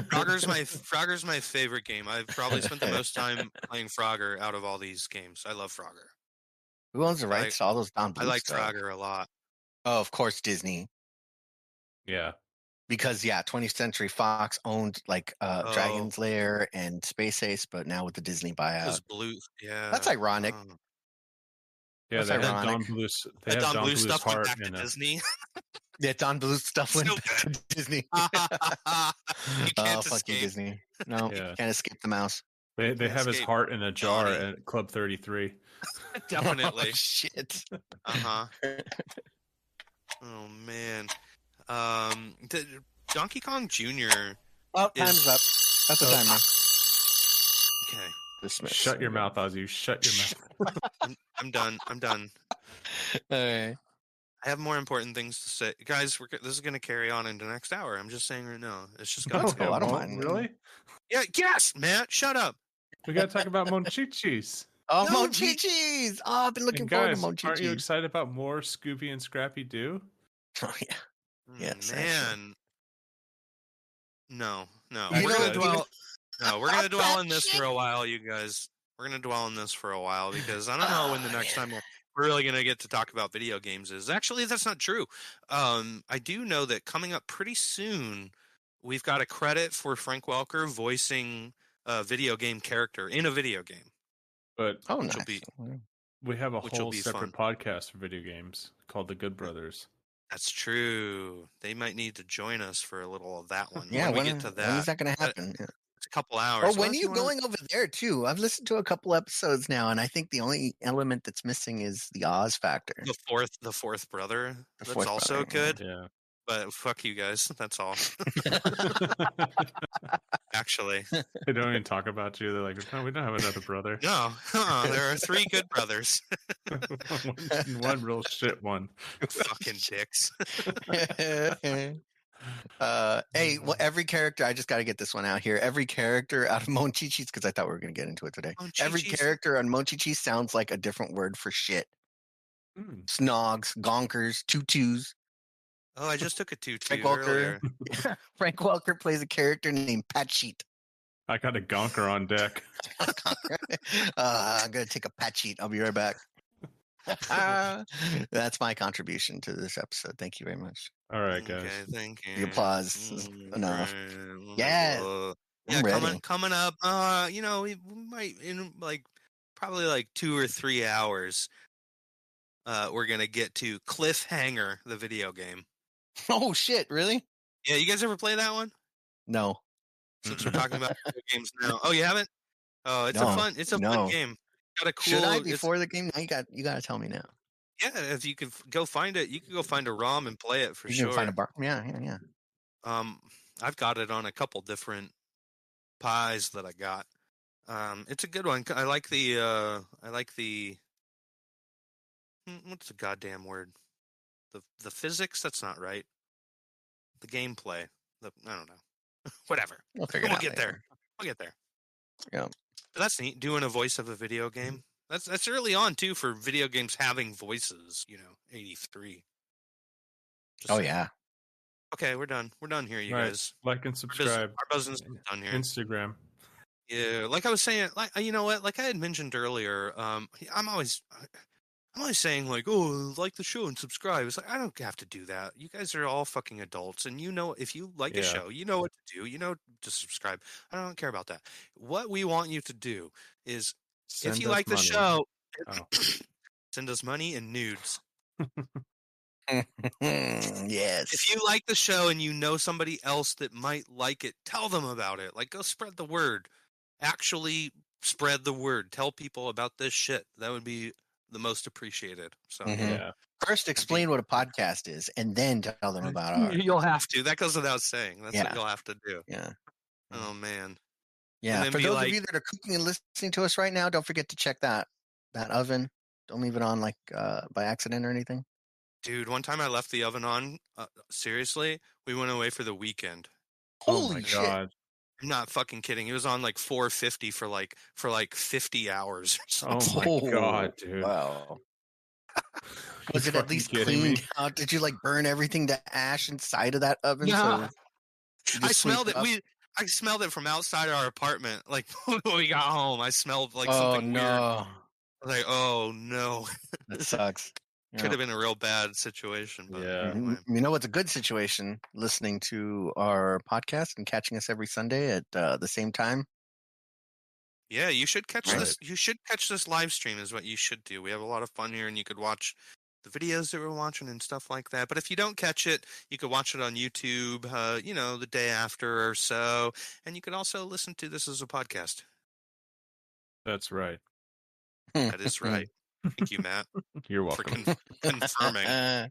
Frogger's my Frogger's my favorite game. I've probably spent the most time playing Frogger out of all these games. I love Frogger.
Who owns the
I-
rights to all those Don
I
Bluth
like
stuff?
Frogger a lot.
Oh, of course, Disney.
Yeah,
Because yeah, 20th Century Fox owned like uh, Dragon's
Oh.
Lair and Space Ace, but now with the Disney buyout,
Because Blue, yeah,
that's ironic.
oh.
yeah.
That's
they had Don
ironic.
Bluth. They
That
had
Don,
Don
Blue
Bluth's
stuff went
heart
back to
in it.
Disney.
yeah, Don Bluth stuff went
So
back to Disney.
You
oh,
can't
fucking
escape.
Disney! No,
Yeah.
can't escape the mouse.
They they have his
Escape
heart in a jar
Johnny.
at Club Thirty Three.
Definitely.
Oh, shit.
Uh huh. oh man. Um, d- Donkey Kong Jr.
Oh,
Is-
time's up. That's a
Oh.
timer.
Okay,
Dismiss.
Shut your mouth, Ozzy. Shut your mouth.
I'm done. I'm done.
All right.
I have more important things to say, guys. We're, g- this is going to carry on into next hour. I'm just saying right now. It's just got
Let's
to
go.
go.
I don't
Well,
mind.
Really?
Yeah, yes, Matt. Shut up.
We gotta talk about Monchichis.
Oh,
No, we-
Mochichis! Oh, I've been looking
And
forward to
guys, aren't you
Mochichis.
excited about more Scooby and Scrappy Doo?
Oh, yeah.
Mm,
Yes, actually.
man. No, no.
You
we're gonna
know what, you
dwell. No, we're gonna
About
dwell
that
on this
shit.
for a while, you guys. We're gonna dwell on this for a while because I don't know when the
Oh,
next
yeah.
time we're we're really gonna get to talk about video games is. Actually, that's not true. Um, I do know that coming up pretty soon, we've got a credit for Frank Welker voicing a video game character in a video game.
But
Oh,
Which
nice.
will be-
we have a
Which will
whole
be
separate podcast for video games called The Good Brothers.
That's true. They might need to join us for a little of that one.
yeah,
when,
when,
we get to
when
that,
is that going to
uh,
happen? Yeah.
it's a couple hours.
Oh,
Well,
when are
if
you
wanna-
going over there too? I've listened to a couple episodes now, and I think the only element that's missing is the Oz factor.
The fourth, the fourth brother.
The
That's
fourth
also
brother, yeah.
good.
Yeah.
But fuck you guys. That's all. Actually,
they don't even talk about you. They're like, no, we don't have another brother.
no. uh-uh, there are three good brothers.
one, one real shit one.
Fucking dicks. Oh,
uh, hey,
Mm-hmm.
well, every character, I just got to get this one out here. Every character out of Monchichi's, because I thought we were going to get into it today. Every
Monchichis.
character on Monchichi sounds like a different word for shit.
Hmm.
Snogs, gonkers, tutus.
Oh, I just took a two two
Frank Welker.
earlier.
Frank Welker plays a character named Patcheet.
I got a gonker on deck.
uh, I'm going to take a Patcheet. I'll be right back. That's my contribution to this episode. Thank you very much.
All right, guys.
Hmm, Okay, thank you.
The applause is enough.
Mm,
Yes.
uh,
I'm
Yeah,
ready.
coming coming up. Uh, you know, we we might in like probably like two or three hours. Uh, we're gonna get to Cliffhanger, the video game.
Oh, shit. Really?
Yeah, you guys ever play that one?
No.
Since we're talking about video games now, oh, you haven't? Oh, it's
No,
a fun, it's a
no.
fun game. Got a cool.
Should I
it's-
before the game? Now you got you got to tell me now.
Yeah, if you could f- go find it, you could go find a ROM and play it for
you
sure.
can find a bar. Yeah, yeah, yeah.
Um, I've got it on a couple different pies that I got. Um, it's a good one. I like the uh, I like the Hmm, what's the goddamn word? The the physics. That's not right. The gameplay. The I don't know. Whatever.
We'll figure it
We'll
out
get
later.
there. We'll get there.
Yeah.
But that's neat. Doing a voice of a video game. That's that's early on too for video games having voices. You know, eighty three.
Oh yeah.
Okay, we're done. We're done here, you
Right.
guys.
Like and
Our bus-
subscribe.
Our business is done here.
Instagram.
Yeah, like I was saying, like uh, you know what, like I had mentioned earlier, um, I'm always, I'm always saying like, oh, like the show and subscribe. It's like I don't have to do that. You guys are all fucking adults, and you know if you like a
Yeah.
show, you know what to do. You know to subscribe. I don't care about that. What we want you to do is, if
Send
you
us
like the
money.
show,
Oh.
send us money and nudes.
Mm, yes.
If you like the show and you know somebody else that might like it, tell them about it. Like, go spread the word. Actually, spread the word. Tell people about this shit. That would be the most appreciated. So
Mhm.
Yeah.
First explain what a podcast is, and then tell them about our.
you'll have to. That goes without saying. That's
Yeah.
what you'll have to do.
Yeah. Mm-hmm.
Oh man.
Yeah.
then
For
be
those
like-
of you that are cooking and listening to us right now, don't forget to check that that oven. Don't leave it on like uh, by accident or anything.
Dude, one time I left the oven on. Uh, seriously, we went away for the weekend.
oh my
Holy shit.
god.
I'm not fucking kidding. It was on like 450 for like for like 50 hours or something.
Oh my
Oh,
god, dude.
Wow. Was
You
it at
fucking
least
kidding me?
cleaned out? Did you like burn everything to ash inside of that oven?
Yeah.
you
I
just sweep
smelled it.
up?
We I smelled it from outside our apartment. Like when we got home, I smelled like
oh
something weird.
no,
Like oh no,
that sucks. Yeah.
could have been a real bad situation. But
Yeah.
anyway.
Mm, You know what's a good situation? Listening to our podcast and catching us every Sunday at uh, the same time.
yeah, you should catch
Right.
this. You should catch this live stream is what you should do. We have a lot of fun here, and you could watch the videos that we're watching and stuff like that. But if you don't catch it, you could watch it on YouTube. Uh, you know, the day after or so, and you could also listen to this as a podcast.
That's right.
That is right. Thank you, Matt,
You're
for
welcome.
con- confirming.
Uh-uh.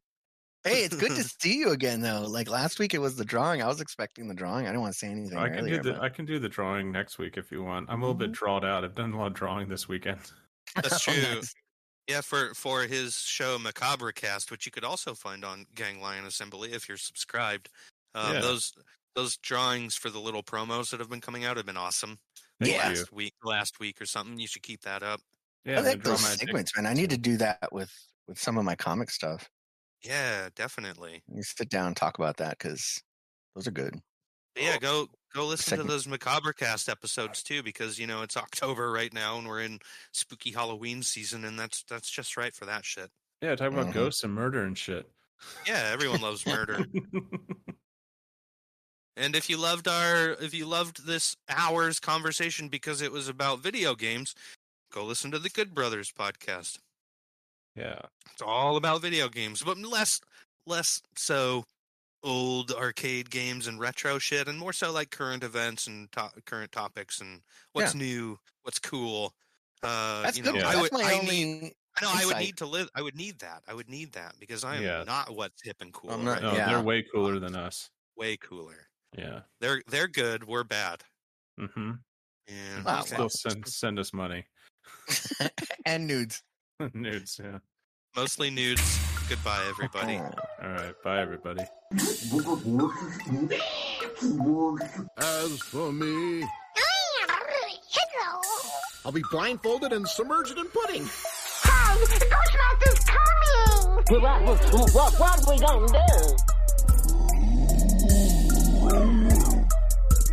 hey, it's good to see you again, though. Like last week, it was the drawing. I was expecting the drawing. I didn't want to say anything
I can do
earlier.
the
but- Mm-hmm.
I can do the drawing next week if you want. I'm a little bit drawed out. I've done a lot of drawing this weekend.
That's
Oh,
true.
nice.
Yeah, for for his show Macabre Cast, which you could also find on Gang Lion Assembly if you're subscribed. Um,
Yeah.
Those those drawings for the little promos that have been coming out have been awesome.
Thank
Yeah.
you.
Last week, last week or something. You should keep that up.
Yeah,
I
they
like
draw
those
my dick.
segments, man. I need to do that with with some of my comic stuff.
Yeah, definitely.
You sit down and talk about that because those are good.
But yeah, go go listen
Second-
to those Macabre Cast episodes too, because you know it's October right now, and we're in spooky Halloween season, and that's that's just right for that shit.
Yeah, talk about
Mhm.
ghosts and murder and shit.
Yeah, everyone loves murder. And if you loved our if you loved this hour's conversation because it was about video games, go listen to the Good Brothers podcast.
Yeah.
It's all about video games, but less less so old arcade games and retro shit and more so like current events and to- current topics and what's new, what's cool. Uh
That's
you know,
good.
I would
That's my
I
only.
need I know I would
insight.
need to live I would need that. I would need that because I am
Yeah.
not what's hip and cool.
I'm not-
right
No,
now.
Yeah.
they're way cooler than us.
Way cooler.
Yeah.
They're they're good, we're bad.
Mm-hmm.
Yeah.
Oh, Wow.
okay.
Still send send us money.
and nudes.
Nudes, yeah.
Mostly nudes. Goodbye, everybody.
All right. Bye everybody.
As for me,
Hello.
I'll be blindfolded and submerged in pudding.
Hey, Ghostmaster's coming.
What, what, what, what we gonna do?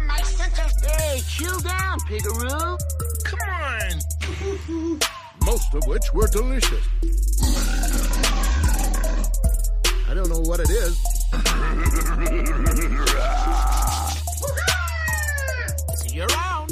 My sister's
Hey, chill down, Pigaroo.
Most of which were delicious. I don't know what it is.
See you around.